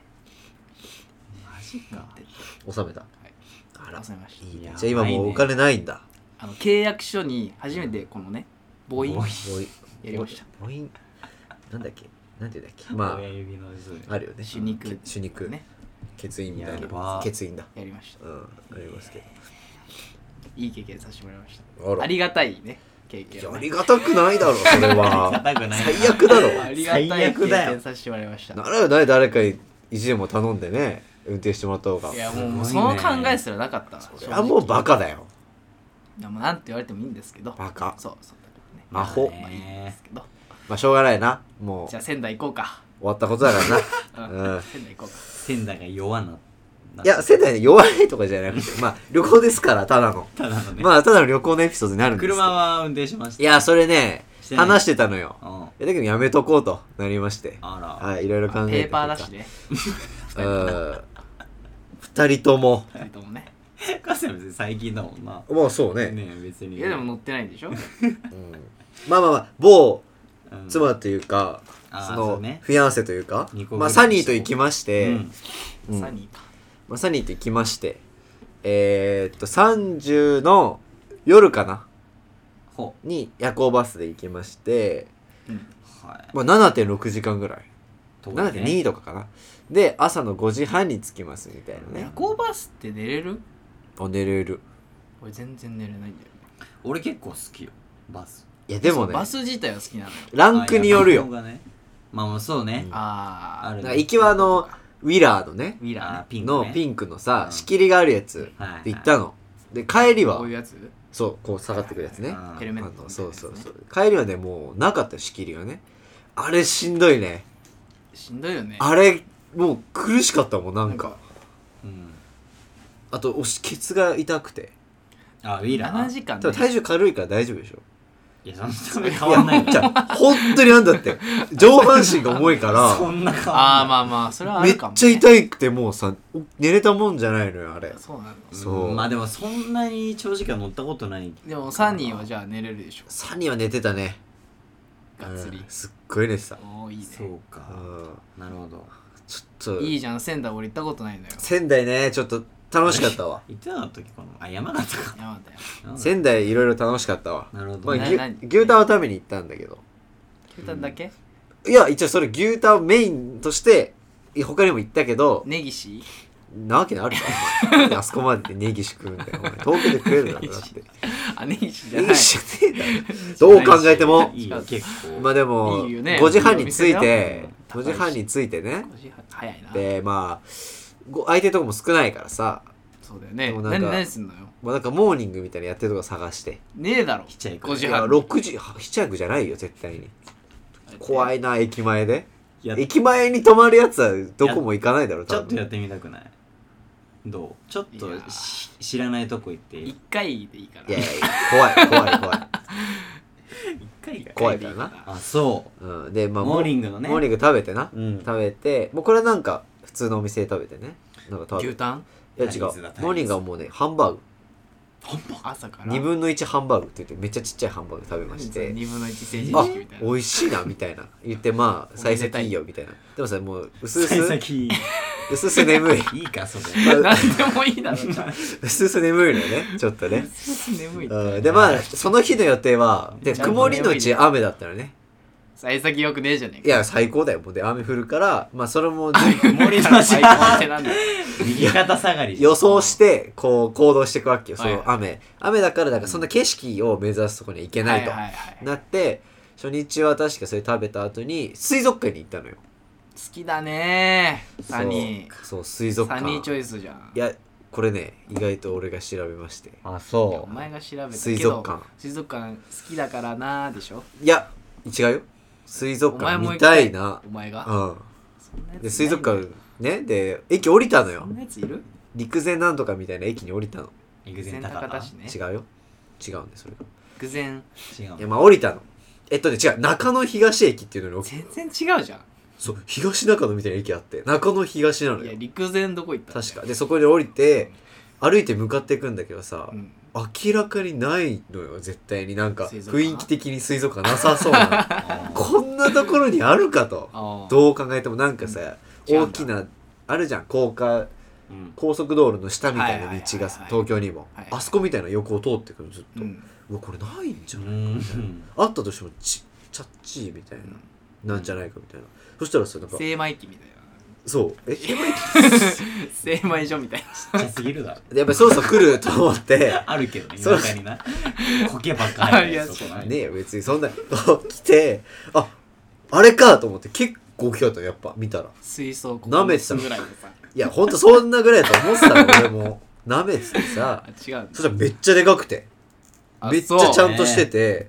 Speaker 3: マジ
Speaker 2: 持
Speaker 3: か
Speaker 2: ってって
Speaker 1: 収めた
Speaker 2: い
Speaker 1: あら
Speaker 2: 出せました
Speaker 1: いいね
Speaker 3: やばいね
Speaker 1: じゃあ今もうお金ないんだ
Speaker 2: あの契約書に初めてこのね母音
Speaker 3: 母音
Speaker 1: おい
Speaker 2: やりました
Speaker 1: おいなんだっけなんていうんだっけま
Speaker 3: 親指の図
Speaker 1: ああるよね
Speaker 2: 主肉
Speaker 1: 主肉
Speaker 2: ね
Speaker 1: 欠員みたい
Speaker 3: やば
Speaker 1: な欠員だ
Speaker 2: やりました
Speaker 1: うんありますけど
Speaker 2: いい経験させてもらいました
Speaker 1: あら
Speaker 2: ありがたいね経
Speaker 1: い
Speaker 2: 験
Speaker 1: やあ
Speaker 2: をね
Speaker 1: りがたくないだろそれは
Speaker 3: 硬くない
Speaker 1: 最悪だろ
Speaker 2: ありがたい
Speaker 3: 最悪
Speaker 2: 経
Speaker 3: だよ
Speaker 2: 験させてもらいました
Speaker 1: ならない誰かに意地でも頼んでね運転してもらった方が
Speaker 2: いやもう
Speaker 3: すごいね
Speaker 2: もうその考えすらなかったわ
Speaker 1: そりゃもうバカだよ
Speaker 2: いやもうなんて言われてもいいんですけど
Speaker 1: バカ
Speaker 2: そうそうだからね
Speaker 1: 魔法
Speaker 2: まあいいんですけど
Speaker 1: まあしょうがないなもう
Speaker 2: じゃ
Speaker 1: 終
Speaker 2: あ仙台行こうか
Speaker 1: わったことだから
Speaker 2: う
Speaker 1: なうん
Speaker 2: ん仙台行こうか
Speaker 3: 仙台が弱なない
Speaker 1: や仙台弱いとかじゃなくてまあ旅行ですからただの
Speaker 3: ただのね
Speaker 1: まあただの旅行のエピソードになるんですけど
Speaker 3: 車は運転しました
Speaker 1: いやそれね
Speaker 3: してない
Speaker 1: 話してたのよ
Speaker 3: うん
Speaker 1: いやだけどやめとこうとなりまして
Speaker 3: あら
Speaker 1: はいいろいろ考えて
Speaker 2: ペーパーだしね
Speaker 1: うん二人とも
Speaker 2: 二人ともね
Speaker 3: カセは別に最近だもんな
Speaker 1: まあそう
Speaker 3: ねえ別に
Speaker 2: いやでも乗ってないんでしょ
Speaker 1: うんまあまあまあ某
Speaker 3: うん
Speaker 1: 妻というか、
Speaker 3: あー
Speaker 1: そ
Speaker 3: そ
Speaker 1: の
Speaker 3: うね
Speaker 1: フィアンセというか
Speaker 3: 二個ぐらい
Speaker 1: まあ、サニーと行きまし
Speaker 3: う
Speaker 1: て、
Speaker 3: ん
Speaker 1: うん
Speaker 2: サニーか
Speaker 1: まあ、サニーと行きましてえーっと30の夜かな
Speaker 3: ほ
Speaker 1: に夜行バスで行きまして、
Speaker 2: うん
Speaker 3: うはい
Speaker 1: まあ、7.6時間ぐらい、
Speaker 3: 遠いね
Speaker 1: 7.2とかかなで朝の5時半に着きますみたいな
Speaker 2: 夜
Speaker 1: ね
Speaker 2: 行バスって寝れる
Speaker 1: お寝れる
Speaker 2: 俺全然寝れないんだよ
Speaker 3: 俺結構好きよバス
Speaker 1: いやでも
Speaker 2: そう
Speaker 1: ね
Speaker 2: バス自体は好きなのよ
Speaker 1: ランクによる
Speaker 3: あ
Speaker 1: よ
Speaker 3: 夜行がねまあまあそうね
Speaker 1: うん
Speaker 2: あー
Speaker 3: ある
Speaker 1: なんか行きはあのウィラーのね
Speaker 2: ウィラー
Speaker 3: あ
Speaker 2: ね
Speaker 3: ピンク
Speaker 1: の
Speaker 3: ね
Speaker 1: ピンクのさ、
Speaker 3: うん
Speaker 1: 仕切りがあるやつ
Speaker 3: はい
Speaker 1: で行ったので帰り
Speaker 2: こ
Speaker 1: は
Speaker 2: ういうやつ
Speaker 1: そうこう下がってくるやつね、
Speaker 3: うん
Speaker 2: ヘルメットみた
Speaker 1: あ
Speaker 2: いなや
Speaker 1: の
Speaker 2: つ
Speaker 1: そうそう
Speaker 2: ね
Speaker 1: そう帰りはねもうなかったよ仕切りがねあれしんどいね
Speaker 2: しんどいよね
Speaker 1: あれもう苦しかったもんな
Speaker 2: なんん
Speaker 1: か
Speaker 2: か
Speaker 3: うん
Speaker 1: あとおしケツが痛くて
Speaker 3: あウィーラ
Speaker 2: 7
Speaker 3: ー
Speaker 2: 時間
Speaker 1: 多分体重軽いから大丈夫でしょ
Speaker 3: いやそんな変わんない
Speaker 1: じゃあ本当になんだって上半身が重いか
Speaker 3: そ
Speaker 1: ら
Speaker 3: んな変
Speaker 2: あ
Speaker 3: わ
Speaker 2: あ
Speaker 3: んない
Speaker 2: まあまあそれはあ
Speaker 1: め
Speaker 2: る
Speaker 1: っ
Speaker 2: かも、ね、
Speaker 1: ちゃ痛くてもうさ寝れたもんじゃないのよあれ
Speaker 2: そうなの
Speaker 1: そう
Speaker 3: うんまあでもそんなに長時間乗ったことない
Speaker 2: でもサニーはじゃあ寝れるでしょ
Speaker 1: サニーは寝てたね
Speaker 2: がっつり
Speaker 1: うん、すっごい寝てた
Speaker 2: おおいいね
Speaker 3: そう
Speaker 1: う
Speaker 3: か
Speaker 1: ん
Speaker 3: なるほど
Speaker 1: ちょっと
Speaker 2: いいじゃん仙台俺行ったことないのよ
Speaker 1: 仙台ねちょっと楽しかったわ
Speaker 3: 行ってなかったっけかなあ山形か
Speaker 2: 山形よ
Speaker 3: 山形
Speaker 1: 仙台いろいろ楽しかったわ
Speaker 3: なるほど
Speaker 1: まあ、
Speaker 3: ね
Speaker 1: 牛
Speaker 2: な何
Speaker 1: 牛タンのために行ったんだけど
Speaker 2: 牛タンだけ、
Speaker 1: いや一応それ牛タンをメインとしてい他にも行ったけど
Speaker 2: ネギシ
Speaker 1: なわけあるかお 前あそこまででネギシ食うんだよお前東京で食えるだろだって
Speaker 2: あネギシじゃ
Speaker 1: ネ
Speaker 2: ない
Speaker 1: ギシじゃねえだろど う考えても
Speaker 3: いいよ結構
Speaker 1: まあでも
Speaker 2: いいよね
Speaker 1: 5時半に着い
Speaker 2: いいお店
Speaker 1: て5時半に着いてね
Speaker 2: 5時半早いな
Speaker 1: でまあご相手とこも少ないからさ
Speaker 2: そうだよね
Speaker 1: でもなんか
Speaker 2: 何何すんのよ
Speaker 1: まあなんかモーニングみたいなのやってるとこ探して。
Speaker 2: ねえだろ
Speaker 3: ヒッチハイク
Speaker 2: 5時
Speaker 1: いや、
Speaker 2: 半
Speaker 1: 6時、は7着じゃないよ、絶対に。怖
Speaker 2: い
Speaker 1: いな、駅前で。
Speaker 3: や
Speaker 1: 駅前に泊まるやつはどこも行かないだろ、
Speaker 3: ち
Speaker 1: 多
Speaker 3: ょっとやっ
Speaker 1: 分。
Speaker 3: てみたくないどうちょっと
Speaker 2: いやー
Speaker 3: し知らないとこ行って
Speaker 2: 1
Speaker 3: 一
Speaker 2: 回でいいから
Speaker 1: いやいや、怖い、怖い、怖い。
Speaker 3: 回が
Speaker 1: 怖いからな。
Speaker 3: あそう
Speaker 1: うん、で、まあ、
Speaker 3: モーニングのね
Speaker 1: モーニング食べてな。
Speaker 3: うん
Speaker 1: 食べて、もうこれはなんか、普通のお店で食べてね。なんか食べ
Speaker 2: 牛
Speaker 1: て。
Speaker 2: タン
Speaker 1: いや違う。
Speaker 3: タ
Speaker 1: モ
Speaker 3: イズだタイズ
Speaker 1: ーニングはもうね、ハンバーグ。
Speaker 2: 朝から
Speaker 1: 2分の1ハンバーグって言って、めっちゃちっちゃいハンバーグ食べまして。
Speaker 2: 2分の1成人
Speaker 1: あ
Speaker 2: 式みたいな
Speaker 1: 美味しいなみたいな言ってまあ
Speaker 2: おめ
Speaker 1: 幸
Speaker 2: でた
Speaker 1: 先
Speaker 2: い
Speaker 1: いいよみたいなでもさもううすうす
Speaker 3: 幸
Speaker 1: う
Speaker 3: 先いい
Speaker 1: すうす眠い
Speaker 3: いいかそれ
Speaker 2: 何でもいいだろじ ゃあ
Speaker 1: うすうす眠いのよねちょっとね
Speaker 2: 眠いって
Speaker 1: うんでまあその日の予定はで
Speaker 2: ちゃんと
Speaker 1: 曇りのう
Speaker 2: 眠い
Speaker 1: ち雨だったらね
Speaker 2: 幸先よくねえじゃねえ
Speaker 1: い
Speaker 2: か
Speaker 1: や最高だよもうで雨降るからまあそれも
Speaker 3: 森の
Speaker 2: 最
Speaker 3: 下
Speaker 2: 高ってなんだよ
Speaker 3: 右肩下がり
Speaker 1: 予想してこう行動していくわけよそ
Speaker 2: はいはい
Speaker 1: の雨雨だからだからそんな景色を目指すとこには行けないと
Speaker 2: はいはいはい
Speaker 1: なって初日は確かそれ食べた後に水族館に行ったのよ
Speaker 2: 好きだねサニー
Speaker 1: そうそう水族
Speaker 2: サ
Speaker 1: 館
Speaker 2: ニーチョイスじゃん
Speaker 1: いやこれね意外と俺が調べまして
Speaker 3: あ
Speaker 2: いやお
Speaker 3: そ
Speaker 2: 前が調べたけど
Speaker 1: 水族館
Speaker 2: 水族館好きだからなーでしょ
Speaker 1: いや違うよ水
Speaker 2: お
Speaker 1: 族
Speaker 2: 前
Speaker 1: 館
Speaker 2: も
Speaker 1: 見たいな
Speaker 2: お前
Speaker 1: う
Speaker 2: が
Speaker 1: ん
Speaker 2: そんなやつ
Speaker 1: で水族
Speaker 2: いないんだ
Speaker 1: 館ねで駅降りたの
Speaker 2: よ
Speaker 1: よ
Speaker 2: そんなやついる
Speaker 1: 陸前なんとかみたいな駅に降りたの
Speaker 3: う
Speaker 2: 偶
Speaker 3: 陸前
Speaker 2: 然
Speaker 3: 高
Speaker 2: 高
Speaker 3: 田
Speaker 2: 田市ね
Speaker 1: 違うよ違うんですそれが
Speaker 2: 偶然
Speaker 3: 違う
Speaker 1: いやまあ降りたのえっとね違う中野東駅っていうのに
Speaker 2: 全然違うじゃん
Speaker 1: そう東中野みたいな駅あって中野東なの
Speaker 2: いや
Speaker 1: よ
Speaker 2: 陸前どこ行った
Speaker 1: 確かでそこに降りて歩いて向かっていくんだけどさ、
Speaker 2: うん
Speaker 1: 明らかにないのよ絶対になんか
Speaker 2: 水族館
Speaker 1: 雰囲気的に水族館なさそう な
Speaker 3: あー
Speaker 1: こんなところにあるかと。
Speaker 2: あー
Speaker 1: どう考えてもなんかさ、
Speaker 2: うん違う
Speaker 1: 大
Speaker 2: んだ
Speaker 1: きな、あるじゃん、高架、
Speaker 3: うん
Speaker 1: 高速道路の下みたいな
Speaker 2: はい
Speaker 1: 道
Speaker 2: はいはい
Speaker 1: が
Speaker 2: はい
Speaker 1: 東京にも
Speaker 2: はい。
Speaker 1: あそこみたいな横を通ってくるのずっ
Speaker 2: う
Speaker 1: と。
Speaker 2: ん
Speaker 1: うわ、これないんじゃ
Speaker 3: う
Speaker 1: ない
Speaker 3: ん
Speaker 1: あったとしてもちっちゃっちいみたいな。なんじゃないかみたいな。そしたらさ、なんか、
Speaker 2: 精米機みたい
Speaker 1: そう。え、
Speaker 2: な精米所みたいな
Speaker 3: ちっちゃすぎるだろ
Speaker 1: でやっぱりそろそろ来ると思って、
Speaker 3: あるけどね
Speaker 1: そう
Speaker 3: 田舎になコケばっかり
Speaker 2: あるやつ
Speaker 1: ねえよ、別にそんな、来て、あ、あれかと思って、結構大きかったよ、やっぱ、見たら。
Speaker 2: 水槽こ
Speaker 1: 舐めてた
Speaker 2: ぐらいでさ
Speaker 1: いや、ほんとそんなぐらいだと思ってたの、俺 も。舐めててさ
Speaker 2: あ、違うんだ
Speaker 1: そしたらめっちゃでかくて。
Speaker 2: あ
Speaker 1: めっちゃちゃんとして
Speaker 3: そ
Speaker 1: て、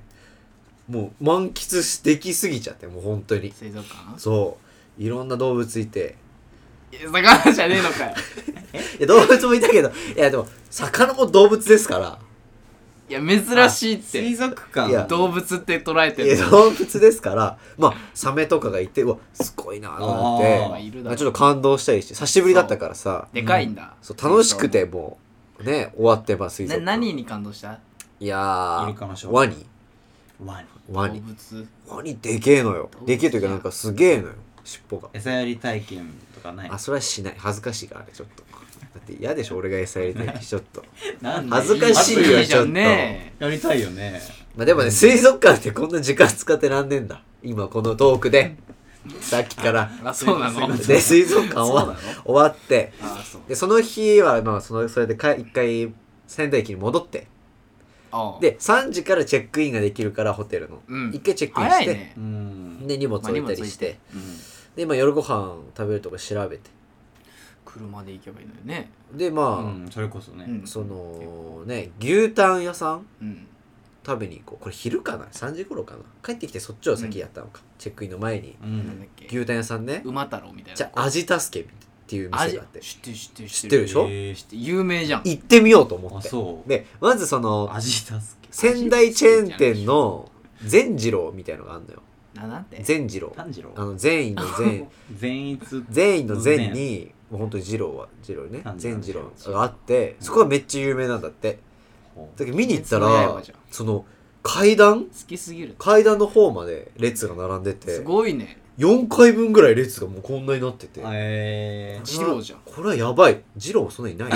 Speaker 1: もう満喫しできすぎちゃってもう本当に
Speaker 2: 水族館
Speaker 1: そういろんな動物いて
Speaker 2: いや魚じゃねえのかよ
Speaker 1: いや動物もいたけどいやでも魚も動物ですか
Speaker 2: いや珍しいっ
Speaker 3: 水
Speaker 2: て
Speaker 3: 族
Speaker 1: いや
Speaker 3: 館
Speaker 2: 動物って捉え
Speaker 1: ら
Speaker 2: て
Speaker 1: い
Speaker 2: る
Speaker 1: や動物ですからまあサメとかがいてうわすごいなと思っ
Speaker 3: あー
Speaker 1: て
Speaker 2: いる
Speaker 1: ま
Speaker 2: だろ
Speaker 1: あちょっと感動したりして久しぶりだったからさ
Speaker 2: でかいんだ
Speaker 1: そう楽しくてもうね終わってます
Speaker 2: 水
Speaker 1: 水
Speaker 2: 槽
Speaker 1: 族
Speaker 2: な
Speaker 1: 館
Speaker 2: 何に感動した
Speaker 1: いや
Speaker 3: イルカのショ
Speaker 1: ー
Speaker 3: ー
Speaker 1: ワニ
Speaker 3: ワニ
Speaker 1: ワ
Speaker 2: 動
Speaker 1: ニ
Speaker 2: 物
Speaker 1: ワニでけえのよ
Speaker 2: 動物
Speaker 1: でけえというかなんかすげえのよ尻尾が
Speaker 3: 餌やり体験とかない
Speaker 1: あそれはしない恥ずかしいからあれちょっとだって嫌でしょ俺が餌やりたいってちょっと
Speaker 3: なんで
Speaker 1: 恥ずかしいよ
Speaker 2: いいじゃんね
Speaker 3: やりたいよね
Speaker 1: まあでもね水族館ってこんな時間使ってらんねえんだ今このトークでさっきから
Speaker 2: あそうなの
Speaker 1: で水族館終
Speaker 2: そう
Speaker 1: わ
Speaker 2: なの
Speaker 1: 終わって
Speaker 2: あそう
Speaker 1: でその日はまあそのそれでか一回仙台駅に戻って
Speaker 2: ああ
Speaker 1: で3時からチェックインができるからホテルの一、
Speaker 2: うん
Speaker 1: 回チェックイン
Speaker 2: 早
Speaker 1: し
Speaker 2: い
Speaker 1: て、
Speaker 2: ね
Speaker 3: うん
Speaker 1: で荷物置いたりして、
Speaker 3: うん
Speaker 1: で今夜ご飯食べるとこ調べて
Speaker 2: 車で行けばいいのよね
Speaker 1: でまあ、
Speaker 3: うんそれこそね
Speaker 1: そのね牛タン屋さん
Speaker 2: うん
Speaker 1: 食べに行こうこれ昼かな3時頃かな帰ってきてそっちを先やったのか、チェックインの前に
Speaker 3: う
Speaker 2: なんだ
Speaker 3: ん
Speaker 2: っけ
Speaker 1: 牛タン屋さんね
Speaker 2: 馬太郎みたいな
Speaker 1: じゃあ味助けっていう店
Speaker 2: 味
Speaker 1: があって
Speaker 2: 知ってる知ってる
Speaker 1: 知ってるでしょ
Speaker 3: えー
Speaker 2: 知ってる有名じゃん
Speaker 1: 行ってみようと思
Speaker 3: あ
Speaker 1: って
Speaker 3: そう
Speaker 1: でまずその
Speaker 3: 味助け
Speaker 1: 仙台チェーン店の善次郎みたいのがあるのよ
Speaker 2: ななんて
Speaker 1: 善次郎
Speaker 3: 炭治郎
Speaker 1: あの善意の善
Speaker 3: 善逸
Speaker 1: 善意の善にもう本当に次郎は次郎ね
Speaker 3: なんだ
Speaker 1: 善次郎があってそこがめっちゃ有名なんだってだけど見に行った
Speaker 2: 鬼滅の
Speaker 1: ら
Speaker 2: 刃じゃん
Speaker 1: その階段
Speaker 2: 好きすぎる
Speaker 1: 階段の方まで列が並んでて
Speaker 2: すごいね
Speaker 1: 4回分ぐらい列がもうこんなになってて、
Speaker 3: えー
Speaker 2: ジローじゃん
Speaker 1: これはやばいジローそんなに ない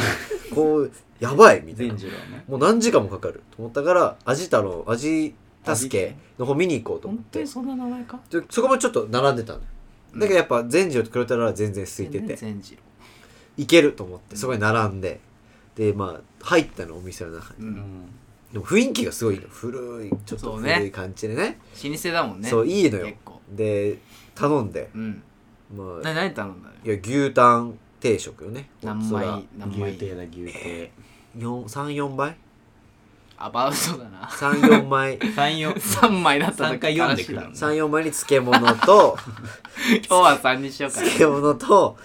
Speaker 1: こうやばいみたいな
Speaker 3: 善次郎ね
Speaker 1: もう何時間もかかると思ったから味太郎味助けの方見に行こうと思
Speaker 2: 本
Speaker 1: っ
Speaker 2: 当
Speaker 1: て
Speaker 2: にそんな名前か
Speaker 1: でそこもちょっと並んでたのだ
Speaker 2: うん
Speaker 1: けどやっぱ善次郎と黒太郎は全然空いてて
Speaker 2: 全次郎
Speaker 1: 行けると思ってそこに並んででまあ入ったのお店の中に
Speaker 2: う
Speaker 3: うんん
Speaker 1: でも雰囲気がすごいの古いちょっと
Speaker 2: そうね
Speaker 1: 古い感じでね
Speaker 2: 老舗だもんね
Speaker 1: そういいのよ
Speaker 2: 結構
Speaker 1: で頼んで
Speaker 2: うん
Speaker 1: まあ
Speaker 2: な何頼んだよ
Speaker 1: いや牛タン定定食よね
Speaker 2: 何
Speaker 1: そ
Speaker 2: 枚何
Speaker 3: 牛
Speaker 2: 枚
Speaker 3: 亭だ牛亭
Speaker 1: 34倍
Speaker 2: アバウトだな
Speaker 1: 34枚
Speaker 3: 34
Speaker 2: 3枚だった
Speaker 3: 3回読んでくる
Speaker 2: 悲しいな
Speaker 1: 34枚に漬物 と
Speaker 2: 今日は3にしようかな
Speaker 1: 漬物と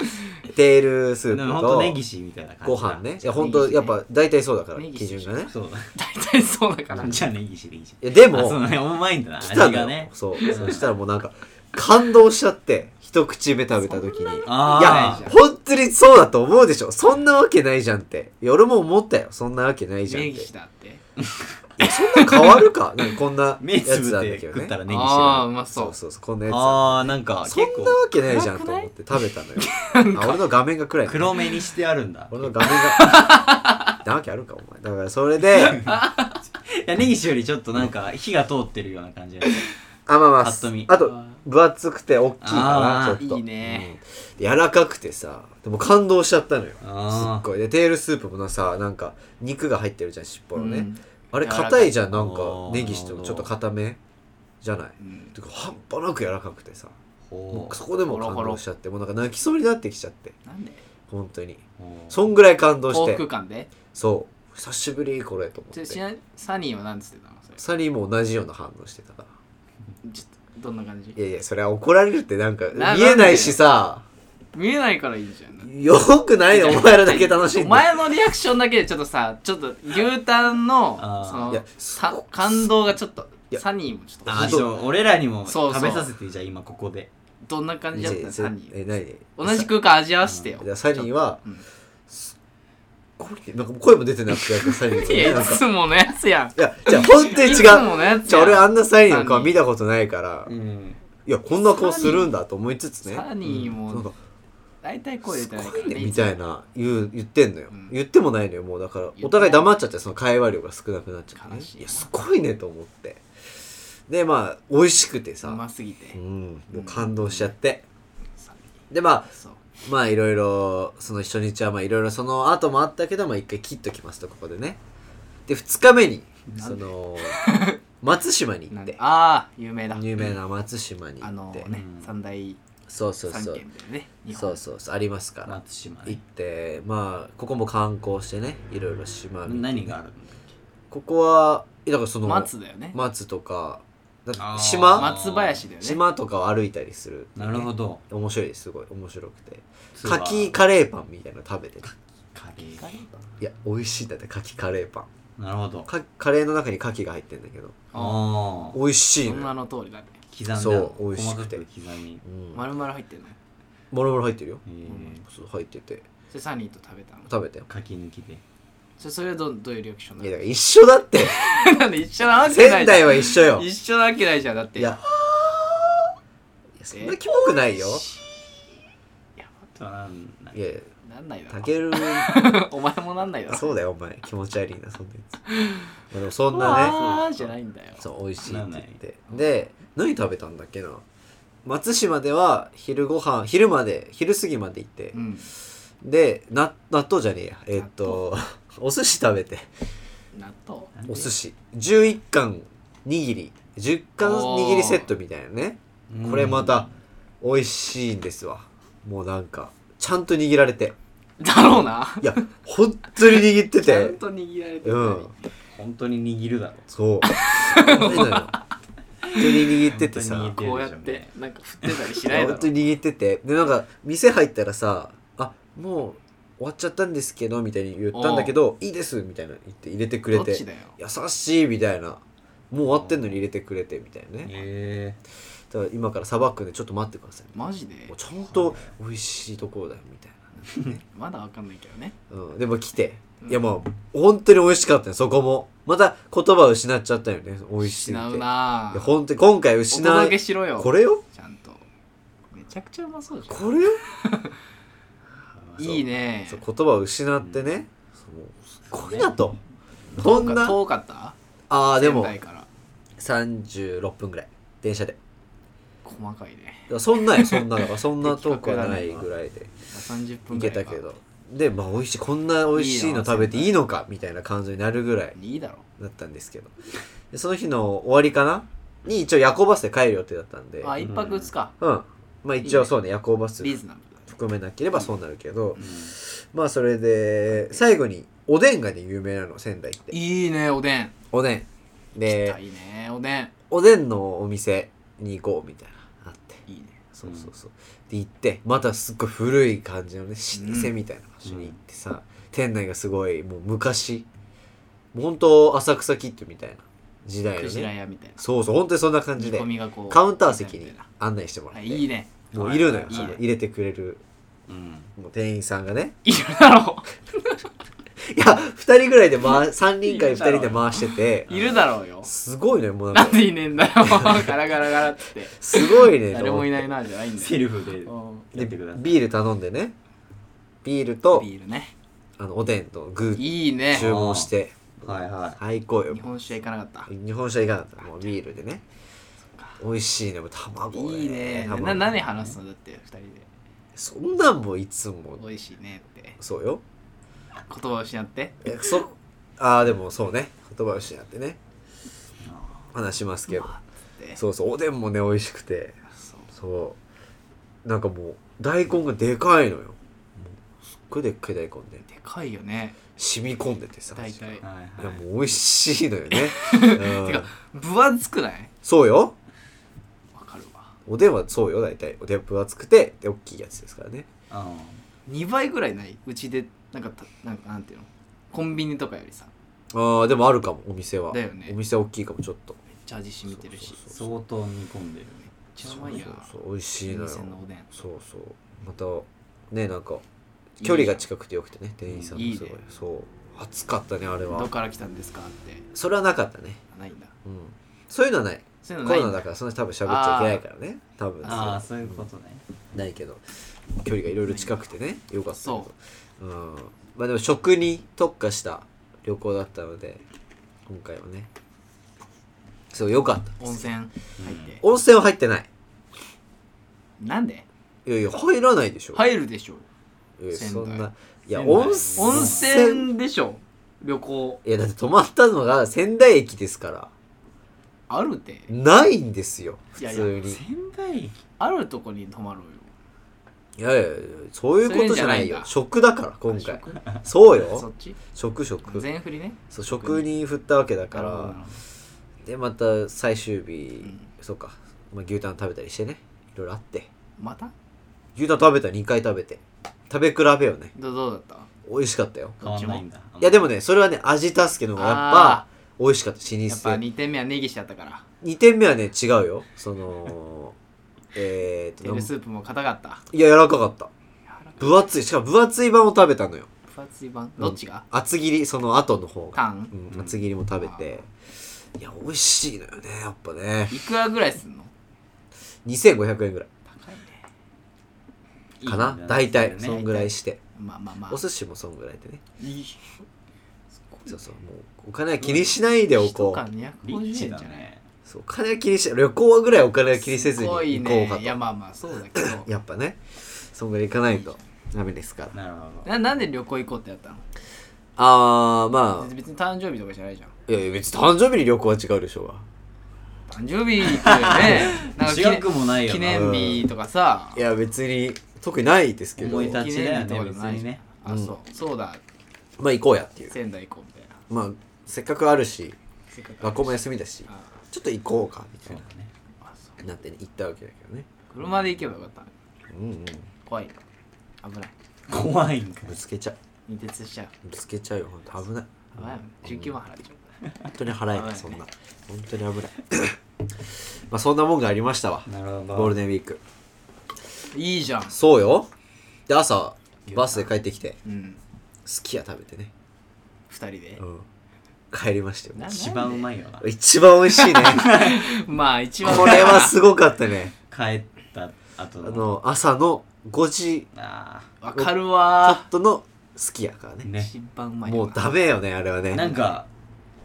Speaker 1: テールス
Speaker 3: で
Speaker 1: ープ
Speaker 3: もほんと
Speaker 1: と
Speaker 3: ネギシみたいな感
Speaker 1: ご
Speaker 3: じだ
Speaker 1: 飯ねいや本当やっぱ大体そうだから
Speaker 2: ネギ
Speaker 1: 基準がね
Speaker 3: そう
Speaker 2: 大体そうだか
Speaker 3: だ
Speaker 2: ら
Speaker 3: ねじゃあネギシでいいじ
Speaker 1: いやで
Speaker 3: ゃんあ
Speaker 1: も
Speaker 3: そうだねうまいんだな
Speaker 1: 来た
Speaker 3: 味
Speaker 1: のよ、
Speaker 3: がね
Speaker 1: そうそしたらもうなんか感動しちゃって一口目食べた時にい
Speaker 3: あ
Speaker 1: や
Speaker 3: あ
Speaker 1: 本当にそうだと思うでしょそんなわけないじゃんっていや俺も思ったよそんなわけないじゃんっ
Speaker 2: 名
Speaker 1: て
Speaker 2: 義だって
Speaker 1: いやそんな変わる かなんかこんな
Speaker 3: 目
Speaker 1: や
Speaker 3: つぶ
Speaker 1: つなん
Speaker 3: って
Speaker 1: だけど
Speaker 3: 食っ
Speaker 1: ね
Speaker 3: たらネギシ
Speaker 2: ああう
Speaker 3: だ
Speaker 2: ま
Speaker 1: そ
Speaker 2: そう
Speaker 1: うそうそうこんなやつなんだ
Speaker 3: ああなんか
Speaker 1: そん
Speaker 3: 結
Speaker 1: な
Speaker 3: 構
Speaker 1: わけないじゃんと思って食べたのよあ俺の画面が暗いな
Speaker 3: 黒目にしてあるんだ
Speaker 1: 俺の画面が なわけあるかお前だからそれで
Speaker 3: いやネギシよりちょっとなんか火が通ってるような感じが する
Speaker 1: あまあまあ
Speaker 3: ぱっと見
Speaker 1: あと分厚くて大きいか
Speaker 3: あ
Speaker 1: な
Speaker 3: ー
Speaker 1: ちょっと
Speaker 2: いいね
Speaker 1: うん柔らかくてさでも感動しちゃったのよす
Speaker 3: あー
Speaker 1: っごいでテールスープもなさなんか肉が入ってるじゃん尻尾のね、
Speaker 2: うん
Speaker 1: あれ
Speaker 2: 柔らかい
Speaker 1: 硬いじゃんなん
Speaker 3: あ
Speaker 1: か
Speaker 3: ー
Speaker 1: ネギしてもちょっと硬めじゃない
Speaker 2: うん
Speaker 1: てか半端なく柔らかくてさも
Speaker 3: ほ
Speaker 1: うそこでも感動しちゃってもうなんか泣きそうになってきちゃって
Speaker 2: なんで
Speaker 1: 本当に
Speaker 3: うほう
Speaker 1: そんぐらい感動し
Speaker 2: 幸
Speaker 1: て
Speaker 2: 福感で
Speaker 1: そう久しぶりこれと思っ
Speaker 2: ちょ
Speaker 1: て
Speaker 2: ちなみにサニーは何つってたのそれ
Speaker 1: サリーも同じような反応してたから
Speaker 2: ちょっとどんな感じ
Speaker 1: いやいやそれは怒られるってなんか
Speaker 2: な
Speaker 1: 見えないしさ
Speaker 2: 見えないからいいじゃん
Speaker 1: よくないよお前らだけ楽しんで
Speaker 2: お前のリアクションだけでちょっとさちょっと牛タンの
Speaker 3: あー
Speaker 2: そ
Speaker 1: いや
Speaker 2: の
Speaker 1: そ
Speaker 2: た感動がちょっと
Speaker 1: いや
Speaker 2: サニーもちょっと欲
Speaker 3: あ
Speaker 2: し
Speaker 3: ー
Speaker 2: い
Speaker 1: そう
Speaker 3: ちょっと俺らにも
Speaker 2: そう
Speaker 3: 食
Speaker 2: そう
Speaker 3: べさせてじゃあ今ここで
Speaker 2: どんな感じだったのサニー
Speaker 1: え何
Speaker 2: 同じ空間味わわせてよ
Speaker 1: いやサニーは
Speaker 2: うん
Speaker 1: これなんか声も出てなくてなんかサニー
Speaker 2: い
Speaker 1: ね
Speaker 2: や
Speaker 1: なん
Speaker 2: い
Speaker 1: か
Speaker 2: つものやつやん
Speaker 1: いやじゃあ本当に違
Speaker 2: いうつものやつ
Speaker 1: じゃ
Speaker 2: や
Speaker 1: あ
Speaker 2: ん
Speaker 1: 俺あんなサニーの顔
Speaker 2: サニー
Speaker 1: 見たことないから
Speaker 3: うん
Speaker 1: いやこんな顔するんだと思いつつね
Speaker 2: サニー
Speaker 1: なん
Speaker 2: も
Speaker 1: か
Speaker 2: 大体声出
Speaker 1: す
Speaker 2: てないか
Speaker 1: ご
Speaker 2: ら
Speaker 1: いね
Speaker 2: ね
Speaker 1: みたいな言う言ってんのよ、
Speaker 2: うん
Speaker 1: 言ってもないのよもうだから
Speaker 2: ない
Speaker 1: お互い黙っちゃってその会話量が少なくなっちゃって、ね、
Speaker 2: 悲しいない
Speaker 1: やすごいねと思ってでまあ美味しくて
Speaker 2: う
Speaker 1: さ、
Speaker 2: ますぎて
Speaker 1: うん、もう感動しちゃって、
Speaker 2: サニ
Speaker 1: でまあ
Speaker 2: ーそう
Speaker 1: まあいろいろその初日はまあいろいろその後もあったけどまあ一回切っときますとここでねで2日目に
Speaker 2: な
Speaker 1: そ
Speaker 2: んで
Speaker 1: の松島に行
Speaker 2: な
Speaker 1: っ
Speaker 2: ん
Speaker 1: て
Speaker 2: でああ有名だ
Speaker 1: 有名な松島に行って
Speaker 2: あのね
Speaker 3: うん
Speaker 2: 三大
Speaker 1: そうそう
Speaker 2: 三
Speaker 1: そう
Speaker 2: 県でね日
Speaker 1: そ
Speaker 2: 本
Speaker 1: うそうそうありますから、
Speaker 3: 松島
Speaker 1: 行っ
Speaker 3: ね
Speaker 1: てまあここも観光してねいろいろ島見て
Speaker 3: 何があるの
Speaker 1: ここはだからその
Speaker 2: 松だよね
Speaker 1: 松とかだ
Speaker 3: あー
Speaker 1: 島
Speaker 2: 松林だよね
Speaker 1: 島とかを歩いたりする、
Speaker 3: なるほど
Speaker 1: ど面白いですすごい面白くて
Speaker 3: ツアー
Speaker 1: カキカレーパンみたいなの食べてる
Speaker 3: カレー
Speaker 1: いや美味しいんだってカキカレーパン
Speaker 3: なるほど
Speaker 1: かカレーの中にカキが入ってんだけど
Speaker 2: あ
Speaker 3: ああ
Speaker 1: 美味しい
Speaker 2: そん
Speaker 1: の
Speaker 2: な
Speaker 1: よ
Speaker 2: の通りだね
Speaker 3: 刻んである
Speaker 1: そう美味しくて
Speaker 3: 細か刻み
Speaker 1: うんも
Speaker 2: 丸々入ってるのよ
Speaker 1: ろもろ入ってるよ
Speaker 3: えー
Speaker 1: そう入ってて
Speaker 2: それサニーと食べたの
Speaker 1: 食べたよ
Speaker 3: かき抜きで
Speaker 2: それそれはどどういうリアクション
Speaker 1: いや
Speaker 2: な
Speaker 1: だから一緒だって
Speaker 2: の なんで一緒なわけな
Speaker 1: 仙
Speaker 2: いじゃ
Speaker 1: 台
Speaker 2: ん
Speaker 1: は一緒よ
Speaker 2: 一緒なわけないじゃんだって
Speaker 1: いやいやそんなキモくないよ
Speaker 3: あとはなんなん
Speaker 1: いやいや
Speaker 2: なんないだ
Speaker 1: た
Speaker 2: ろ
Speaker 1: ける
Speaker 2: お前もなんないだろ
Speaker 1: そうだよお前気持ち悪いなそんなやつ、まあ、でもそんなね
Speaker 2: ああじゃないんだよ
Speaker 1: そう美味しいって言ってで何食べたんだっけな松島では昼ご飯昼まで昼過ぎまで行って、
Speaker 2: うん
Speaker 1: でな納豆じゃねえやえっとお寿司食べて
Speaker 2: 納豆
Speaker 3: なんで
Speaker 1: お寿司11貫握り10貫握りセットみたいなね
Speaker 3: うん
Speaker 1: これまた美味しいんですわもうなんかちゃんと握られて
Speaker 2: だろうない
Speaker 1: や本当に握って
Speaker 2: ちゃん
Speaker 1: て
Speaker 2: と握られてる
Speaker 1: う
Speaker 2: の
Speaker 1: ん
Speaker 2: に
Speaker 3: 本当に握るだろ
Speaker 1: そうダメだよ本当に握っててさ
Speaker 3: 本当に
Speaker 2: こうやってなんか振ってたりしないだ
Speaker 1: 本当
Speaker 2: ろ
Speaker 1: に握っててでなんか店入ったらさ「あもう終わっちゃったんですけど」みたいに言ったんだけど「いいです」みたいな言って入れてくれ
Speaker 2: どってちだよ
Speaker 1: 「優しい」みたいな「もう終わってんのに入れてくれて」みたいなね
Speaker 3: へ
Speaker 1: だから今からさばくんでちょっと待ってください
Speaker 2: マジで
Speaker 1: もうちゃんと美味しいところだよみたい
Speaker 2: まだわかんないけどね
Speaker 1: な、うん、でも来て
Speaker 2: うん
Speaker 1: いやもう本当に美味しかったよそこもまた言葉を失っちゃったよね美味しすぎて
Speaker 2: 失う
Speaker 1: い
Speaker 2: な
Speaker 1: や本当に今回
Speaker 2: お
Speaker 1: 失
Speaker 2: 届け
Speaker 1: う
Speaker 2: しろよ
Speaker 1: これよ
Speaker 2: ちゃんとめちゃくちゃうまそうじゃん
Speaker 1: これよ
Speaker 2: いいね
Speaker 1: そう言葉を失ってね、そうすごいなと、こ
Speaker 2: 遠
Speaker 1: ん
Speaker 2: か
Speaker 1: な
Speaker 2: 遠かった
Speaker 1: ああでも
Speaker 2: 仙台から
Speaker 1: 36分ぐらい電車で
Speaker 2: 細かいね
Speaker 1: いやそんなんよそんなだ からそんな遠くはないぐらいで
Speaker 2: 30分
Speaker 1: 行
Speaker 2: ぐ
Speaker 1: け
Speaker 2: ら
Speaker 1: た
Speaker 2: いか
Speaker 1: けどでまあ美味しいこんな美味しいの食べていいのかみたいな感じになるぐらい
Speaker 2: いいだろ
Speaker 1: だったんですけどでその日の終わりかなに一応夜行バスで帰る予定だったんで
Speaker 2: あ一泊二日
Speaker 1: うんまあ一応そうね夜行バス
Speaker 2: リーズナブルだね
Speaker 1: 含めなければそうなるけど、
Speaker 3: うん
Speaker 1: まあそれで最後におでんがね有名なの仙台って
Speaker 2: いいねおでん
Speaker 1: おでん
Speaker 2: 行き
Speaker 1: で
Speaker 2: たいねおでん
Speaker 1: おでんのお店に行こうみたいなあって
Speaker 2: いいね
Speaker 1: そうそうそうで行ってまたすっごい古い感じのね老舗みたいな場所に行ってさ、店内がすごいもう昔本当浅草キッドみたいな時代
Speaker 2: ク
Speaker 1: の
Speaker 2: ジラ
Speaker 1: ね
Speaker 2: 屋みたいな
Speaker 1: そうそう本当にそんな感じ
Speaker 2: 煮
Speaker 1: で
Speaker 2: 込みがこう
Speaker 1: カウンター席に
Speaker 2: みたいな
Speaker 1: 案内してもら
Speaker 2: は
Speaker 1: って
Speaker 2: いいいね
Speaker 1: もういるのよ
Speaker 2: いい
Speaker 1: そ
Speaker 2: ね
Speaker 1: の入れてくれる
Speaker 3: うん
Speaker 1: もう店員さんがね
Speaker 2: いるだろ
Speaker 1: いや2人ぐらいで回3人か2人 で回してて
Speaker 2: ういるだろうよ
Speaker 1: すごいねもうな
Speaker 2: なんん
Speaker 1: か
Speaker 2: でいねえんだよ ガラガラガラっつって
Speaker 1: すごいねと思って
Speaker 2: 誰もいないなじゃないんだ
Speaker 3: セ
Speaker 2: よ
Speaker 3: ルフで
Speaker 2: うん
Speaker 3: やってください
Speaker 1: ビール頼んでねビールと
Speaker 2: ビールね
Speaker 1: あのおでんとグー
Speaker 2: いいね
Speaker 1: 注文して
Speaker 3: はいは
Speaker 1: 最高よ
Speaker 2: 日本酒は行かなかった
Speaker 1: 日本酒はいかなかったもうビールでね美味しいねもう卵ね
Speaker 2: いいね
Speaker 1: 卵
Speaker 2: な何話すのだって二人で
Speaker 1: そんなんもいつも
Speaker 2: 美味しいねって
Speaker 1: そうよ
Speaker 2: 言葉を失って
Speaker 1: えそああでもそうね言葉を失ってね
Speaker 3: い
Speaker 1: 話しますけど
Speaker 2: って
Speaker 1: そうそうおでんもね美味しくて
Speaker 2: そう
Speaker 1: そうなんかもう大根がでかいのよもうすっごいでっかい大根で
Speaker 2: でかいよね
Speaker 1: 染み込んでてさ
Speaker 2: 大体
Speaker 3: はい
Speaker 1: いや
Speaker 3: はい
Speaker 1: もう美味しいのよね、うん
Speaker 2: てか分厚くない
Speaker 1: そうよ
Speaker 2: わかるわ
Speaker 1: おでんはそうよ大体おでん分厚くてで大きいやつですからね
Speaker 3: あ
Speaker 2: 2倍ぐらいないうちでなんかたなんかなんていうのコンビニとかよりさ
Speaker 1: あーでもあるかもお店は
Speaker 2: だよね
Speaker 1: お店は大きいかもちょっと
Speaker 2: めっちゃ味染みてるしめっ
Speaker 1: そう
Speaker 3: 相当煮込んでる
Speaker 2: ちゃうまいやん
Speaker 1: そうそう美味しいのよ
Speaker 2: 店のおでん
Speaker 1: そうそうまたねなんか距離が近くてよくてね店員さんもすごい
Speaker 2: いいね
Speaker 1: そう暑かったねあれ
Speaker 2: どこ
Speaker 1: は
Speaker 2: から来たんですかって
Speaker 1: それはなかったね
Speaker 2: ないんだ
Speaker 1: うんそういうのはない
Speaker 2: そういう
Speaker 1: コ
Speaker 2: のない
Speaker 1: ロ
Speaker 2: ん
Speaker 1: ナだからそんな多分喋っちゃいけないからね多分
Speaker 3: ああそういうことね
Speaker 1: ないけど距離がいろいろ近くてねよかったけど、
Speaker 2: そう
Speaker 1: ん、まあでも食に特化した旅行だったので今回はねすごいよかった
Speaker 2: 温泉入って
Speaker 1: 温泉は入ってない
Speaker 2: なんで
Speaker 1: いやいや入らないでしょ、
Speaker 2: 入るでしょ
Speaker 1: いや
Speaker 2: 仙
Speaker 1: そ
Speaker 2: 台
Speaker 1: んないや
Speaker 3: 仙台
Speaker 1: 温
Speaker 2: 温
Speaker 1: 泉
Speaker 2: 泉でしょ旅行
Speaker 1: いやだって泊まったのが仙台駅ですから
Speaker 2: あるて
Speaker 1: ないんですよ普
Speaker 2: いやいや
Speaker 1: 通に
Speaker 3: 仙台駅
Speaker 2: あるとこに泊まろうよ
Speaker 1: いやいやいやそういうことじゃないよ食だから今回
Speaker 2: 食
Speaker 1: そう
Speaker 2: そ
Speaker 1: よ
Speaker 2: っち
Speaker 1: 食食
Speaker 2: 全振りね
Speaker 1: そう食に振ったわけだか
Speaker 2: なるほどなる
Speaker 1: ら
Speaker 2: ほど
Speaker 1: でまた最終日、
Speaker 2: うん
Speaker 1: そうか、まあ、牛タン食べたりしてねいろいろあって
Speaker 2: また
Speaker 1: 牛タン食べたら2回食べて食べ比べよね
Speaker 2: どどうだった
Speaker 1: 美味しかったよ
Speaker 3: 変わんないんだ
Speaker 1: いやでもねそれはね味助けの方がやっぱ美味しかった老
Speaker 2: やっぱ
Speaker 1: 舗
Speaker 2: 2点目はネギしちゃったから
Speaker 1: 2点目はね違うよそのえーっと
Speaker 2: テー
Speaker 1: な
Speaker 2: ル
Speaker 1: ん
Speaker 2: スープも硬かった
Speaker 1: いや柔らかかった
Speaker 2: 柔らかい
Speaker 1: 分厚いしかも分厚い版を食べたのよ
Speaker 2: 分厚い版
Speaker 1: うん
Speaker 2: どっちが
Speaker 1: 厚切りその後の方が、
Speaker 2: 缶
Speaker 1: うん、厚切りも食べていや美味しいのよねやっぱね
Speaker 2: いくらぐらいすんの
Speaker 1: 2500円ぐらい
Speaker 2: 高いね
Speaker 3: いい
Speaker 1: かな
Speaker 3: 値段
Speaker 1: 大体
Speaker 3: です
Speaker 1: そ
Speaker 3: よ
Speaker 1: ん
Speaker 3: ね
Speaker 1: ぐらいして
Speaker 2: まあまあまあ
Speaker 1: お寿司もそんぐらいでね
Speaker 2: いい
Speaker 1: そうそうもうお金は気にしないでお
Speaker 2: 一
Speaker 1: こ
Speaker 2: 缶
Speaker 1: う
Speaker 3: リ
Speaker 2: 250
Speaker 3: ッ
Speaker 2: 円じ
Speaker 3: チ
Speaker 2: ゃな
Speaker 3: だ
Speaker 2: い、
Speaker 3: ね
Speaker 1: そうお金は気にしない旅行ぐらいお金は気にせずに行
Speaker 2: す
Speaker 1: こ
Speaker 2: ごいうね
Speaker 1: かと
Speaker 2: いやまあまあそうだけど
Speaker 1: やっぱねそんぐらい行かないとダメですから
Speaker 3: なるほど
Speaker 2: ななんで旅行行こうってやったの
Speaker 1: あーまあ
Speaker 2: 別に誕生日とかじゃないじゃん
Speaker 1: いやいや別に誕生日に旅行は違うでしょうが
Speaker 2: 誕生日って ねなんか記
Speaker 3: 違
Speaker 2: 念
Speaker 3: くもないよ
Speaker 2: 記
Speaker 3: な
Speaker 2: 念日とかさ
Speaker 1: いや別に特にないですけど
Speaker 3: 思い立
Speaker 2: 記
Speaker 3: ち
Speaker 2: 念
Speaker 3: だよ
Speaker 2: 日とかで
Speaker 3: ね別
Speaker 2: もない
Speaker 3: に
Speaker 2: じゃん
Speaker 3: ね
Speaker 2: あそうそうだ
Speaker 1: まあ行こうやっていう
Speaker 2: 仙台行こうみたいな
Speaker 1: まあせっかくあるし
Speaker 2: せっかく
Speaker 1: 学校も休みだし
Speaker 2: あ
Speaker 1: ちょっと行こうかみた
Speaker 3: そ
Speaker 1: いうな
Speaker 3: だね
Speaker 2: あそう
Speaker 1: なってね行ったわけだけどね
Speaker 2: 車で行けばよかった
Speaker 1: うんうん
Speaker 2: 怖い危ない
Speaker 3: 怖いんか
Speaker 1: ぶつけちゃう
Speaker 2: 二徹しちゃう
Speaker 1: ぶつけちゃうよ本当危ない
Speaker 2: 危ない19万払っちゃう
Speaker 1: 本当に払え
Speaker 2: 危
Speaker 1: な
Speaker 2: ないい
Speaker 1: そんな本当に危ない まあそんなもんがありましたわ
Speaker 3: なるほど
Speaker 1: ゴールデンウィーク
Speaker 2: いいじゃん
Speaker 1: そうよで朝バスで帰ってきて
Speaker 2: うん
Speaker 1: すき家食べてね、
Speaker 2: 2人で
Speaker 1: うん、帰りましたよ
Speaker 2: な
Speaker 3: 一番うまいよな
Speaker 1: 一番美味しいね
Speaker 2: まあ一番
Speaker 1: これはすごかったね
Speaker 3: 帰った後
Speaker 1: あ
Speaker 3: の
Speaker 1: の朝の5時
Speaker 3: あ
Speaker 2: わかるわ
Speaker 1: とのすき家からね
Speaker 3: ーね
Speaker 2: 一番うまいわ
Speaker 1: もうダメよねあれはね
Speaker 3: なんか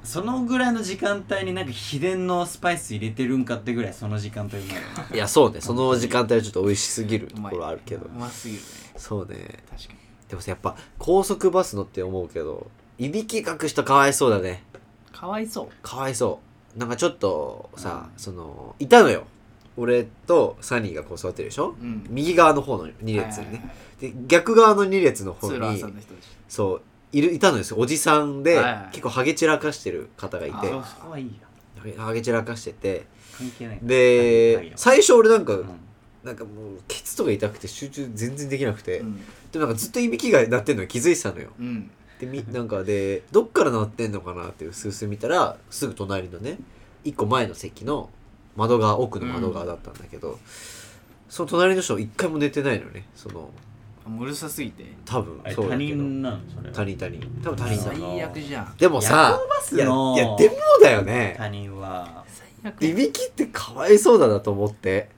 Speaker 3: そのぐらいの時間帯になんか秘伝のスパイス入れてるんかってぐらいその時間帯うまいよない
Speaker 1: やそうねその時間帯はちょっと美味しすぎるところあるけど
Speaker 2: うますぎるね
Speaker 1: そうね
Speaker 2: 確かに
Speaker 1: でもさやっぱ高速バス乗って思うけどいびきかく人かわいそうだね
Speaker 2: かわいそう
Speaker 1: かわいそうなんかちょっとさ、
Speaker 3: うん
Speaker 1: そのいたのよ俺とサニーがこう座ってるでしょ、
Speaker 2: うん
Speaker 1: 右側の方の2列にね、
Speaker 2: はいはいはい
Speaker 1: で逆側の2列の方
Speaker 2: 通路
Speaker 1: に
Speaker 2: 挟んだ人たち
Speaker 1: そういるいたのですよおじさんで、
Speaker 2: はいはい
Speaker 1: 結構ハゲ散らかしてる方がいて
Speaker 2: あ
Speaker 3: そ
Speaker 2: ー
Speaker 3: うそこはいいや
Speaker 1: ハゲ散らかしてて
Speaker 3: 関係ない
Speaker 1: で、
Speaker 3: はい
Speaker 1: 最初俺なんか、
Speaker 3: うん
Speaker 1: なんかもうケツとか痛くて集中全然できなくて、
Speaker 2: うん
Speaker 1: でもなんかずっといびきが鳴ってんのに気づいてたのよ
Speaker 2: うん
Speaker 1: でみなんかでどっから鳴ってんのかなってうすうす見たらすぐ隣のね一個前の席の窓側奥の窓側だったんだけど、その隣の人一回も寝てないのねその
Speaker 2: あもううるさすぎて
Speaker 1: 多分
Speaker 3: あれ
Speaker 1: そう
Speaker 3: 他
Speaker 1: だけど
Speaker 3: 人なのそれは
Speaker 1: 他人他人多分他人だ
Speaker 3: そう
Speaker 2: 最悪じゃん
Speaker 1: でもさい
Speaker 3: 夜
Speaker 1: やい
Speaker 3: 行バスの
Speaker 1: やでもだよね
Speaker 3: 他人は
Speaker 2: 最悪
Speaker 1: いびきってかわいそうだなと思って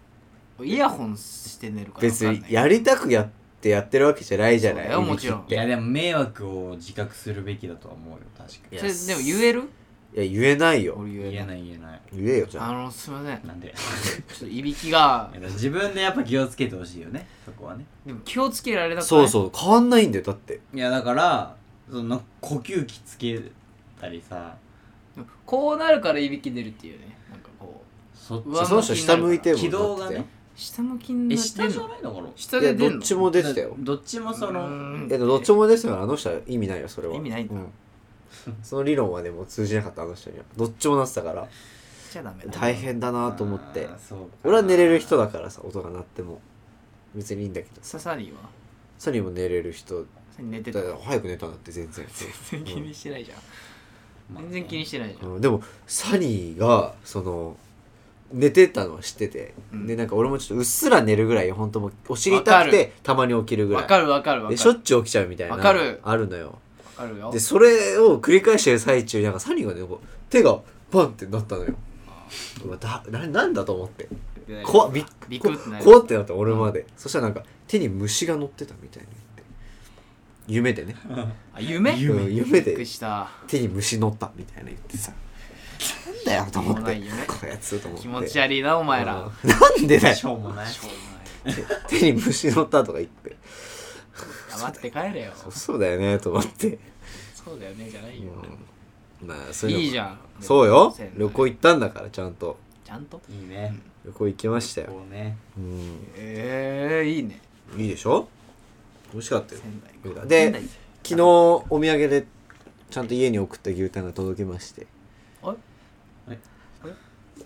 Speaker 2: イヤホンして寝るから
Speaker 1: 別にやりたくやってやってるわけじゃないじゃない
Speaker 2: そうだよ
Speaker 1: いびきって
Speaker 2: も
Speaker 3: いやでも迷惑を自覚するべきだとは思うよ確か
Speaker 1: いや
Speaker 2: 分かんないそれでも言える
Speaker 1: いや言えないよ
Speaker 2: 俺言
Speaker 3: に
Speaker 2: え
Speaker 3: 言え
Speaker 2: ない
Speaker 3: ない言えない
Speaker 1: 言えよじゃ
Speaker 2: あ
Speaker 1: あ
Speaker 2: のすいませんちょ
Speaker 3: なんで
Speaker 2: っといびきが
Speaker 3: 自分でやっぱ気をつけてほしいよねそこはね
Speaker 2: でも気をつけられたくない
Speaker 1: そうそう変わんないんだよだって
Speaker 3: いやだからその呼吸器つけたりさ
Speaker 2: でもこうなるからいびき出るっていうねなんかこう
Speaker 3: そっ
Speaker 2: う
Speaker 1: そ
Speaker 2: わ
Speaker 1: の人下向いてるもん
Speaker 3: 軌道が
Speaker 1: だっ
Speaker 3: ね
Speaker 1: て
Speaker 2: 下向きに
Speaker 3: え
Speaker 2: な
Speaker 3: 下
Speaker 2: 出ん
Speaker 3: じゃ
Speaker 2: の
Speaker 3: ないのかな
Speaker 2: 下
Speaker 1: いや
Speaker 2: で出
Speaker 1: ど
Speaker 2: ん
Speaker 1: っ
Speaker 2: の
Speaker 1: ちも出てたよ
Speaker 3: どっちもそうの
Speaker 2: ん
Speaker 1: えどっちもですからあの人は意味ないよそれは
Speaker 2: 意味ないん
Speaker 1: う
Speaker 2: だ
Speaker 1: ん、その理論はねもう通じなかったあの人にはどっちもなってたから
Speaker 2: じゃダメだ
Speaker 1: 大変だなと思って
Speaker 3: あーそうか
Speaker 1: 俺は寝れる人だからさ音が鳴っても別にいいんだけど
Speaker 2: ササリーは
Speaker 1: サニーも寝れる人
Speaker 2: サニー寝てた
Speaker 1: だから早く寝たんだって全然
Speaker 2: 全然気にしてないじゃん、
Speaker 3: まあね
Speaker 2: 全然気にしてないじゃん、
Speaker 1: うん、でもサニーがその寝てたのは知ってて、
Speaker 2: うん
Speaker 1: でなんか俺もちょっとうっすら寝るぐらい本当もうお尻痛く
Speaker 2: わか
Speaker 1: てたまに起きるぐら
Speaker 2: わ
Speaker 1: い
Speaker 2: かるわかるわか
Speaker 1: で
Speaker 2: る
Speaker 1: しょっちゅう起きちゃうみたいな
Speaker 2: わかる
Speaker 1: あるのよ
Speaker 2: わかるよ
Speaker 1: でそれを繰り返してる最中なんかサニーがねこう手がパンってなったのようわだななんだと思って
Speaker 2: で
Speaker 1: 怖っびっ
Speaker 2: ビ
Speaker 1: こ
Speaker 2: クってなる
Speaker 1: 怖ってなった俺まで、そしたらなんか手に虫が乗ってたみたいに言って夢でね
Speaker 2: あ夢
Speaker 1: 夢
Speaker 2: うん
Speaker 1: 夢で
Speaker 2: びっくりした
Speaker 1: 手に虫乗ったみたいな言ってさなんだよと思っ
Speaker 2: しょうもな
Speaker 1: て
Speaker 2: い夢
Speaker 1: こやつと思って
Speaker 2: 気持ち悪いなお前ら、
Speaker 1: うんなんでだよ
Speaker 3: しょうもない
Speaker 2: しょうもない
Speaker 1: 手に虫乗ったとか言って
Speaker 2: 黙って帰れよ
Speaker 1: そうだよねと思って、
Speaker 2: そうだよねじゃないよ、
Speaker 1: うんまあそういうのも
Speaker 2: いいじゃん
Speaker 1: そうよ
Speaker 2: せん
Speaker 1: 旅行行ったんだからちゃんと
Speaker 2: ちゃんと
Speaker 3: いいね
Speaker 1: 旅行行きましたよ、
Speaker 3: こうね
Speaker 1: うん、
Speaker 2: ええいいね
Speaker 1: いいでしょ美味しかったよ
Speaker 2: 仙台か
Speaker 1: で
Speaker 2: 仙台
Speaker 1: 昨日お土産でちゃんと家に送った牛タンが届きまして
Speaker 2: あれ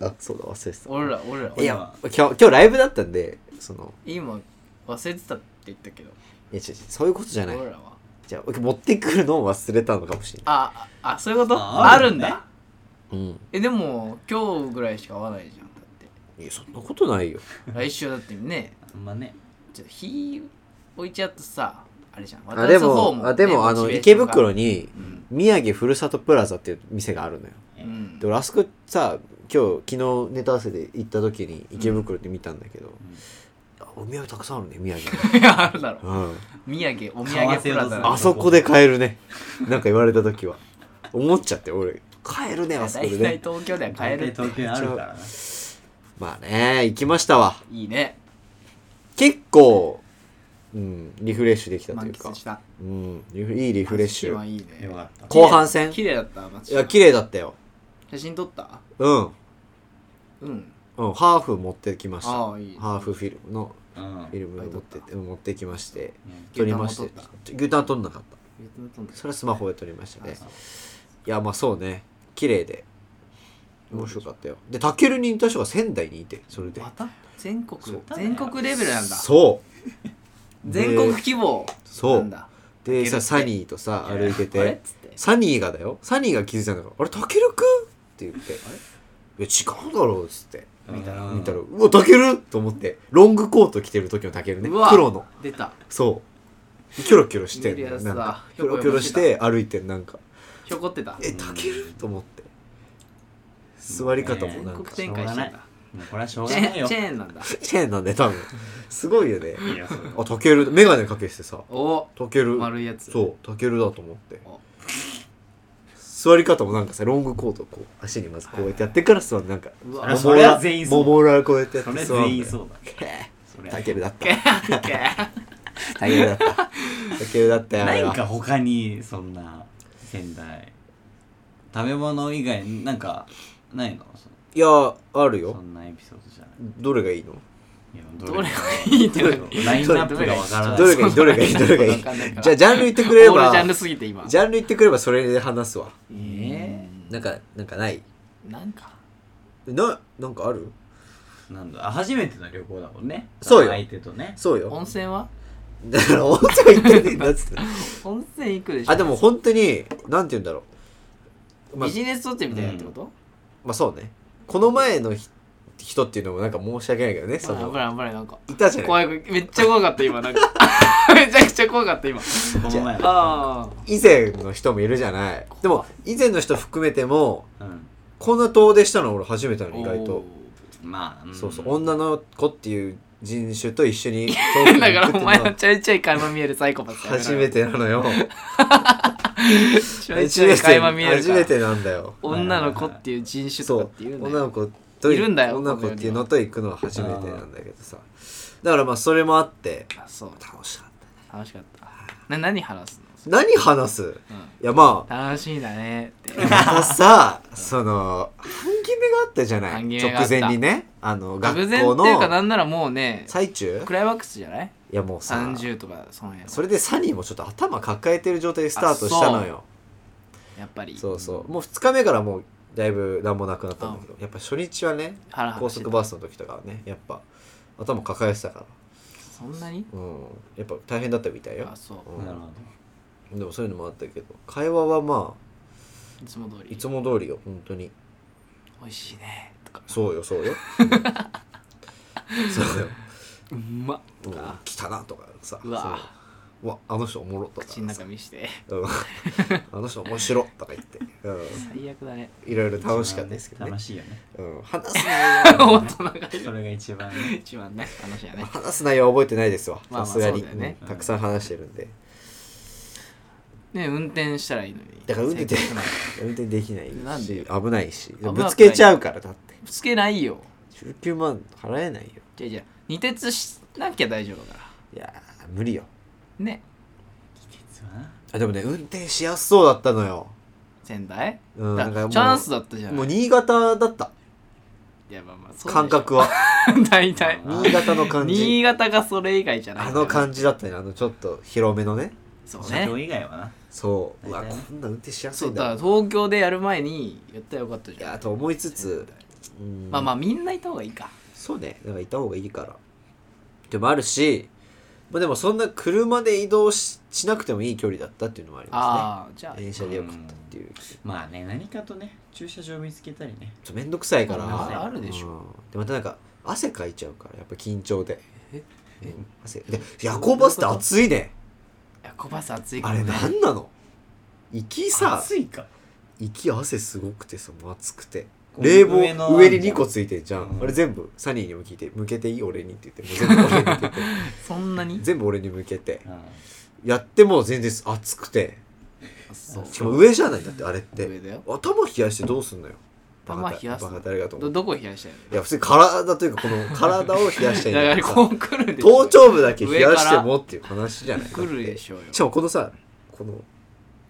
Speaker 1: あそうだ忘れて
Speaker 2: 俺ら俺ら
Speaker 1: たいや今日今日ライブだったんでその
Speaker 2: 今忘れてたって言ったけど
Speaker 1: いや違う違うそういうことじゃない
Speaker 2: 俺らは
Speaker 1: じゃあ持ってくるのを忘れたのかもしれない
Speaker 2: あああそういうこと
Speaker 3: あ
Speaker 2: あ
Speaker 3: る
Speaker 2: る
Speaker 3: ん
Speaker 2: ん
Speaker 3: だ
Speaker 2: だ
Speaker 1: うん
Speaker 2: えでも今日ぐらいしか会わないじゃんだっ
Speaker 1: いやそんなことないよ
Speaker 2: て来週だってね
Speaker 3: あんまね
Speaker 2: ちょっと火置いちゃうとさあれじゃん
Speaker 1: あで
Speaker 2: 渡す方
Speaker 1: もあで
Speaker 2: ね
Speaker 1: もあの
Speaker 2: モチベー
Speaker 1: 池
Speaker 2: ションが
Speaker 1: 袋に
Speaker 2: うん
Speaker 1: 宮城ふるさとプラザっていう店があるのよ
Speaker 2: うん
Speaker 1: で俺あそこさ今日昨日ネタ合わせで行った時に池袋って見たんだけど、あお土産たくさんあるね宮城 に、
Speaker 2: い やあるだろ
Speaker 1: うん、
Speaker 2: 宮城お土産プラザ
Speaker 3: 買わ
Speaker 1: あ
Speaker 3: せよう
Speaker 1: そ
Speaker 3: と
Speaker 1: こで買えるねなんか言われた時は思っちゃって俺買えるねあそこ
Speaker 2: 大
Speaker 1: で
Speaker 2: 体
Speaker 1: ね
Speaker 2: 東京では買え
Speaker 3: 大
Speaker 2: る
Speaker 3: 体東京にあるからな
Speaker 1: まあね行きましたわ
Speaker 2: いいね
Speaker 1: 結構うんリフレッシュできたとい
Speaker 2: 満
Speaker 1: うか
Speaker 2: 喫した
Speaker 1: うんリフいいリフレッシ
Speaker 2: マ
Speaker 1: ュ
Speaker 2: ジでいいね
Speaker 3: よかった
Speaker 1: 後半戦
Speaker 2: 綺麗だったマ
Speaker 1: いや綺麗だったよ
Speaker 2: 写真撮った
Speaker 1: うん
Speaker 2: うん
Speaker 1: うん、ハーフ持ってきました。
Speaker 2: ああいい
Speaker 1: ハーフフィルムの
Speaker 3: うん
Speaker 1: フィルムを持ってて、うん持ってきまして、
Speaker 3: う
Speaker 1: 撮りまして
Speaker 2: 牛タンも撮。
Speaker 1: 牛タン撮んなかった。それはスマホで撮りましたね。いや、まあそうね。綺麗で。面白かったよ。で、タケルにいた人が仙台にいて、それで。
Speaker 2: また全国
Speaker 1: そう
Speaker 2: 全国レベルなんだ
Speaker 1: そう。
Speaker 2: 全国規模
Speaker 1: そう
Speaker 2: なんだ
Speaker 1: で、さ、
Speaker 2: タケル
Speaker 1: サニー
Speaker 2: って
Speaker 1: とさ、歩いて、
Speaker 2: あれってつって
Speaker 1: サニーがだよ。サニーが気づいたんだから、あれ、タケルくんって言って、あれいや、違うだろうっつって。
Speaker 3: ん
Speaker 2: 見たら
Speaker 3: うん
Speaker 1: 見たら、うわ、タケルと思って、ロングコート着てる時のタケルね。
Speaker 2: うわ
Speaker 1: 黒の。
Speaker 2: 出た
Speaker 1: そう。キョロキョロしてん
Speaker 2: 見る
Speaker 1: の
Speaker 2: やつ
Speaker 1: な
Speaker 2: だ
Speaker 1: んかキョロキョロして歩いてんなんか
Speaker 2: ひょこってた
Speaker 1: えタケルと思って座り方も
Speaker 2: 全
Speaker 1: な
Speaker 2: 国
Speaker 1: んか
Speaker 2: 展開してんだ
Speaker 3: もうこれはしょう
Speaker 2: チ
Speaker 3: が
Speaker 2: ェ
Speaker 3: ない
Speaker 2: ーン
Speaker 3: よ
Speaker 2: チェーンなんだ
Speaker 1: チェーンなんで多分すごいよね
Speaker 3: いやそれ
Speaker 1: あタケルメガネかけしてさ
Speaker 2: お
Speaker 1: タケル
Speaker 2: 丸いやつ
Speaker 1: そうタケルだと思って
Speaker 2: お
Speaker 1: 座り方もなんかさロングコートをこう足にまずこうやってやってから座るなんか
Speaker 2: う
Speaker 3: あ
Speaker 2: わ
Speaker 3: それは全員そう
Speaker 1: もも裏こうやってやっ
Speaker 3: そ
Speaker 1: て
Speaker 3: れ
Speaker 1: 座るの
Speaker 3: 全員
Speaker 1: よ
Speaker 3: そうだ
Speaker 1: へえ
Speaker 3: それ
Speaker 1: タケルだ った
Speaker 2: オッケー
Speaker 1: タケルだったタケルだったよあ
Speaker 3: な
Speaker 1: れ
Speaker 3: い
Speaker 1: は
Speaker 3: んか他にそんな仙台食べ物以外なんかないのその
Speaker 1: いやある
Speaker 3: そ
Speaker 1: よ
Speaker 3: んなエピソードじゃない
Speaker 1: どれがいいの
Speaker 3: いや
Speaker 2: どれがいいって
Speaker 1: どれ
Speaker 2: の
Speaker 3: ラインナップがわからない
Speaker 1: どれがいいどれがいいどれがいいじゃあジャンル言ってくれれ
Speaker 2: 俺
Speaker 1: ば
Speaker 2: ジャンルすぎて今
Speaker 1: ジャンル言ってくればそれで話すわ
Speaker 3: え
Speaker 1: なんかなんかない
Speaker 2: なんか
Speaker 1: ななんかある
Speaker 3: ー、なんだあ初めての旅行だもんね
Speaker 1: そうよ
Speaker 3: 相手とね
Speaker 1: そうよ
Speaker 2: 温泉は
Speaker 1: だから温泉行ってねえんだっ つって
Speaker 2: 温泉行くでしょ
Speaker 1: あでも本当になんて言うんだろうまあ
Speaker 2: ビ、ジネスホテルみたいなってこと
Speaker 1: まあ、そうねこの前のひ人っていうのもなんか申し訳ないけどねそ
Speaker 2: あ危
Speaker 1: の
Speaker 2: ない危ないなんか
Speaker 1: いたじゃない
Speaker 2: 怖いめっちゃ怖かった今 なんかめちゃくちゃ怖かった今
Speaker 3: この前
Speaker 2: あ
Speaker 1: 以前の人もいるじゃないでも以前の人含めても
Speaker 3: うん
Speaker 1: こんな遠出したの俺初めてな
Speaker 2: あ
Speaker 1: の意外と
Speaker 3: まあ、ん
Speaker 1: そうそう女の子っていう人種と一緒 に遠く
Speaker 2: だ
Speaker 1: に
Speaker 2: から
Speaker 1: 行くっていう
Speaker 2: お
Speaker 1: の
Speaker 2: 前は
Speaker 1: は
Speaker 2: ちょいちょい垣間見えるサイコパス
Speaker 1: 初め
Speaker 2: て
Speaker 1: てなのよ
Speaker 2: ちょい
Speaker 1: 初
Speaker 2: ちょ
Speaker 1: め
Speaker 2: い
Speaker 1: て
Speaker 2: 垣間見える
Speaker 1: 初めてなんだよ
Speaker 2: 女の子っていう人種とかっていう
Speaker 1: 女
Speaker 2: ね
Speaker 1: の子と
Speaker 2: いるんだよ
Speaker 1: 女の子っていうのと行くのは初めてなんだけどさだからまあそれもあって
Speaker 2: あそう
Speaker 1: 楽しかった
Speaker 2: 楽しかったな何話す
Speaker 1: 何話す
Speaker 2: の、
Speaker 1: いやま
Speaker 2: うん、楽しいんだねって
Speaker 1: あまた さその半決めがあったじゃな
Speaker 2: 半
Speaker 1: い
Speaker 2: 決めがあっ
Speaker 1: 直
Speaker 2: た
Speaker 1: 前にねあの
Speaker 2: 偶
Speaker 1: 学
Speaker 2: 然
Speaker 1: 校
Speaker 2: っていうかな
Speaker 1: の
Speaker 2: んならもうね
Speaker 1: 最中
Speaker 2: クライマックスじゃない
Speaker 1: いやもうさ
Speaker 2: ?30 とかその辺
Speaker 1: それでサニーもちょっと頭抱えてる状態でスタートしたのよ
Speaker 2: やっぱり
Speaker 1: そうそうもう2日目からもうだいぶ何もなくなったんだけどやっぱ初日はね
Speaker 2: ハラハ
Speaker 1: 高
Speaker 2: ラして
Speaker 1: 速
Speaker 2: た
Speaker 1: バーストの時とかはねやっぱ頭抱えてたから
Speaker 2: そんなに
Speaker 1: うんやっぱ大変だったみたいよ
Speaker 2: あそう
Speaker 3: なるほ
Speaker 1: ん
Speaker 3: ど
Speaker 1: でもそういうのもあったけど会話はまあ
Speaker 2: いつも通り
Speaker 1: いつも通りよ本当に
Speaker 2: 美味しいねとか
Speaker 1: そうよ そうよそうよ
Speaker 2: うまっと
Speaker 1: うん
Speaker 2: か
Speaker 1: 来たなとかさ
Speaker 2: うわ
Speaker 1: そううわあの人おもろとか
Speaker 2: 口の中見 して
Speaker 1: うんあの人面白とか言って、う
Speaker 2: 最悪だね
Speaker 1: ん、いろいろ楽しかったですけどね
Speaker 3: 楽、しいよね
Speaker 1: うん、話す
Speaker 2: 大人が
Speaker 3: それが一番 ね
Speaker 2: 一番ね楽しいよね
Speaker 1: 話す内容は覚えてないですわ
Speaker 2: まあま
Speaker 1: さ
Speaker 2: あ
Speaker 1: すがに、
Speaker 2: そうだよね
Speaker 1: うんたくさん話してるんで
Speaker 2: ね運転したらいいのに
Speaker 1: だから運転で
Speaker 2: せっかくなら
Speaker 1: 運転できない
Speaker 2: なんで
Speaker 1: し危ないし
Speaker 2: 危なくない
Speaker 1: ぶつけちゃうからだって
Speaker 2: ぶつけないよ
Speaker 1: 19万払えないよ
Speaker 2: じゃあじゃあ二徹しなきゃ大丈夫だか
Speaker 1: いやー無理よ
Speaker 2: らね
Speaker 3: 実はな
Speaker 1: あでもね運転しやすそうだったのよ、
Speaker 2: 仙台
Speaker 1: うん、
Speaker 2: だ
Speaker 1: なん
Speaker 2: か
Speaker 1: からもう
Speaker 2: チャンスだったじゃん
Speaker 1: もう新潟だった
Speaker 2: いやまあまあそうでしょ
Speaker 1: 感覚は
Speaker 2: 大体
Speaker 3: あ
Speaker 1: 新潟の感じ
Speaker 2: 新潟がそれ以外じゃない
Speaker 1: あの感じだったねあのちょっと広めのね
Speaker 2: そう
Speaker 3: 社
Speaker 2: ね
Speaker 3: 長以外はな
Speaker 1: そううわ
Speaker 3: 大体ね
Speaker 1: こんな運転しやす
Speaker 2: そ
Speaker 1: い
Speaker 2: うんだか
Speaker 1: だ
Speaker 2: ら東京でやる前にやったらよかった
Speaker 1: い
Speaker 2: じゃん
Speaker 1: やと思いつつ、うん
Speaker 2: まあまあみんないた方がいいか
Speaker 1: そうねなんかいた方がいいからでもあるし、まあ、でもそんな車で移動ししなくてもいい距離だったっていうのもありま
Speaker 2: ああじゃ
Speaker 1: す
Speaker 2: あ
Speaker 1: ね電車でよかったっていう
Speaker 3: まあね何かとね駐車場見つけたりね
Speaker 1: ちょめんどくさいから、
Speaker 2: まああるでしょ
Speaker 1: うんでまたなんか汗かいちゃうからやっぱ緊張でえ汗で夜行バスって暑いね
Speaker 2: 夜行バス暑いか
Speaker 1: あ
Speaker 2: ら
Speaker 1: れ
Speaker 2: ね
Speaker 1: 何なの行きさ
Speaker 3: 暑いか
Speaker 1: 行き汗すごくてさもう暑くて
Speaker 3: こう
Speaker 1: 冷房上
Speaker 3: の
Speaker 1: に2個ついてんじゃん、
Speaker 3: うん
Speaker 1: あれ全部サニーにも聞いて「向けていい俺に」って言ってもう全部俺に向けて
Speaker 2: そんなに
Speaker 1: 全部俺に向けて
Speaker 3: うん
Speaker 1: やっても全然暑くて
Speaker 2: あそう
Speaker 1: しかも上じゃないだってあれって
Speaker 2: 上だよ
Speaker 1: 頭冷やしてどうすんのよバカ
Speaker 2: 頭冷やす
Speaker 1: バカ誰がと思
Speaker 2: ど
Speaker 1: う
Speaker 2: どこ冷やしたい
Speaker 1: いや普通に体というかこの体を冷やしたいん
Speaker 2: のだ
Speaker 1: だけど
Speaker 2: からこ
Speaker 1: さ
Speaker 2: う来るでしょ
Speaker 1: 頭頂部だけ冷やしてもっていう話じゃない
Speaker 2: 来るでしょうよ
Speaker 1: しかもこのさこの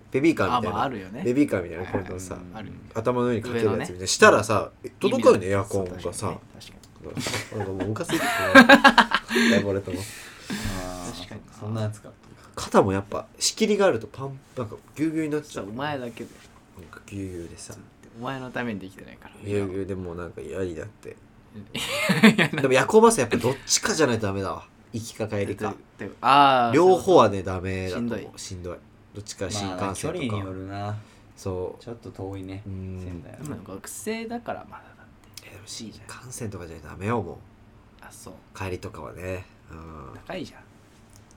Speaker 1: ベビーカー
Speaker 2: あ
Speaker 1: みたい
Speaker 2: まあ
Speaker 1: な、
Speaker 2: あるよね
Speaker 1: ベビーカーみたいなこういうのさ、
Speaker 3: うん
Speaker 2: ある
Speaker 1: 頭の上にかけるやつみた
Speaker 2: 上
Speaker 1: い
Speaker 2: の
Speaker 1: な、したらさえ届かよね
Speaker 2: 意味
Speaker 1: エ
Speaker 2: な
Speaker 1: アコンが
Speaker 2: そ
Speaker 1: さ
Speaker 2: う確かにね
Speaker 1: なんかもうムカついてくるだいぶ俺とも
Speaker 3: あー
Speaker 2: 確かに
Speaker 3: そんなやつか
Speaker 1: 肩もやっぱ仕切りがあるとパンなんかギュうギュうになっ
Speaker 2: 確か
Speaker 1: ちゃ
Speaker 2: に
Speaker 1: う
Speaker 2: お前だけで
Speaker 1: なんかギュうギュうでさ
Speaker 2: お前のためにできてないから
Speaker 1: ギュうギュうでもうなんか嫌になって
Speaker 2: いや
Speaker 1: でも夜行バスやっぱどっちかじゃないとダメだわ行きか帰りか
Speaker 2: ででああ
Speaker 1: 両方はねダメだと思
Speaker 2: しんど
Speaker 1: うしんどいどっちか新
Speaker 3: まあ
Speaker 1: 幹
Speaker 3: 距
Speaker 1: 線
Speaker 3: 離
Speaker 1: と
Speaker 3: によ
Speaker 1: か
Speaker 3: るな
Speaker 1: そう
Speaker 3: ちょっと遠いね
Speaker 1: うん
Speaker 3: 仙台は
Speaker 2: でも学生だからまだだって
Speaker 1: えでも新幹線とかじゃダメよも
Speaker 2: あそう
Speaker 1: う帰りとかはね、うん、
Speaker 2: 高いじゃん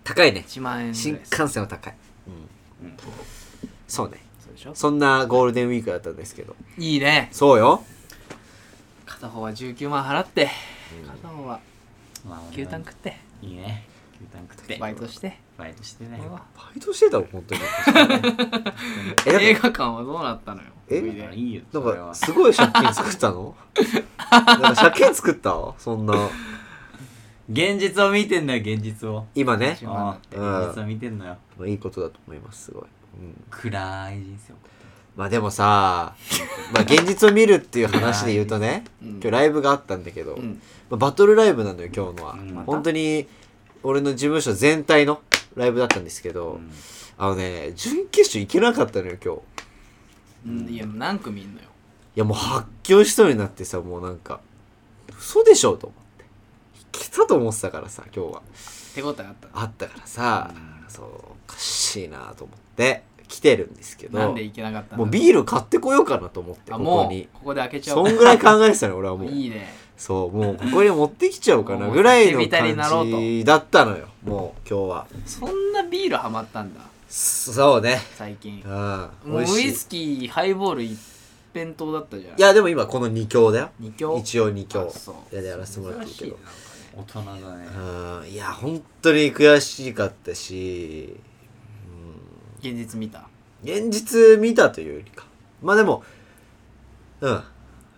Speaker 1: 高いね
Speaker 2: 1万円ぐらいす
Speaker 1: 新
Speaker 2: る
Speaker 1: 幹線は高い、
Speaker 3: うん
Speaker 1: そうね
Speaker 2: そうでしょ
Speaker 1: そんなゴールデンウィークだったんですけど
Speaker 2: いいね
Speaker 1: そうよ、
Speaker 2: 片方は19万払って片方は
Speaker 3: まあ俺
Speaker 2: 牛
Speaker 3: は
Speaker 2: タン食って
Speaker 3: いいね牛タン食って
Speaker 2: バイトして
Speaker 3: バイトしてね
Speaker 2: 俺は
Speaker 1: バイトしてたの本当 にえだって
Speaker 2: 映画館はどうなったのよ
Speaker 1: え
Speaker 2: おい
Speaker 3: だから
Speaker 2: で
Speaker 3: いいよ
Speaker 1: な
Speaker 3: そ
Speaker 1: ん
Speaker 3: れ
Speaker 1: か
Speaker 3: は
Speaker 1: すごい借金作ったのなんか借金作ったそんな
Speaker 3: 現実を見てんだよ現実を
Speaker 1: 今ね
Speaker 2: 10万だっ
Speaker 3: あ
Speaker 2: て
Speaker 1: うん
Speaker 3: ー現実を見てんのよ
Speaker 1: いいことだと思いますすごい、うん、
Speaker 3: 暗い人生を送っ
Speaker 1: まあでもさ、まあ現実を見るっていう話で言うとね、
Speaker 2: うん
Speaker 1: 今日ライブがあったんだけど、
Speaker 2: うん
Speaker 1: まあ、バトルライブなのよ今日のは、
Speaker 3: うん
Speaker 2: また
Speaker 1: 本当に俺の事務所全体のライブだったんですけど、
Speaker 3: うん
Speaker 1: あのね準決勝行けなかったのよ今日い
Speaker 2: うんいや何組いんのよ
Speaker 1: やもう発狂しそうになってさもうなんか嘘でしょと思って行けたと思ってたからさ今日は
Speaker 2: 手応えあった
Speaker 1: あったからさ、
Speaker 3: う
Speaker 1: そうおかしいなと思って来てるんですけど
Speaker 2: なんでいけなかったん
Speaker 1: も
Speaker 2: だ
Speaker 1: うビール買ってこようかなと思って
Speaker 2: あ
Speaker 1: こ
Speaker 2: も
Speaker 1: こ
Speaker 2: う
Speaker 1: に
Speaker 2: ここで開けちゃお
Speaker 1: そ
Speaker 2: うん
Speaker 1: ぐらい考えてたの俺はもう
Speaker 2: いいね
Speaker 1: そうもうここに持ってきちゃおうかなぐらい
Speaker 2: もう
Speaker 1: の
Speaker 2: 手浸りになろう
Speaker 1: 感
Speaker 2: と
Speaker 1: じだったのよもう今日は
Speaker 2: そんなビールハマったんだ
Speaker 1: そうね
Speaker 2: 最近
Speaker 1: うん
Speaker 2: もうウ
Speaker 1: 美味し
Speaker 2: イ
Speaker 1: い
Speaker 2: スキーハイボール一辺倒だったじゃん
Speaker 1: いやでも今この2強だよ
Speaker 2: 二強
Speaker 1: 一応2強
Speaker 2: あそう
Speaker 1: いやでやらせてもらってるけど
Speaker 2: 珍しいねなんかね
Speaker 3: 大人だね
Speaker 1: うんいや本当に悔しかったし
Speaker 2: 現実見た
Speaker 1: 現実見たというよりかまあでもうん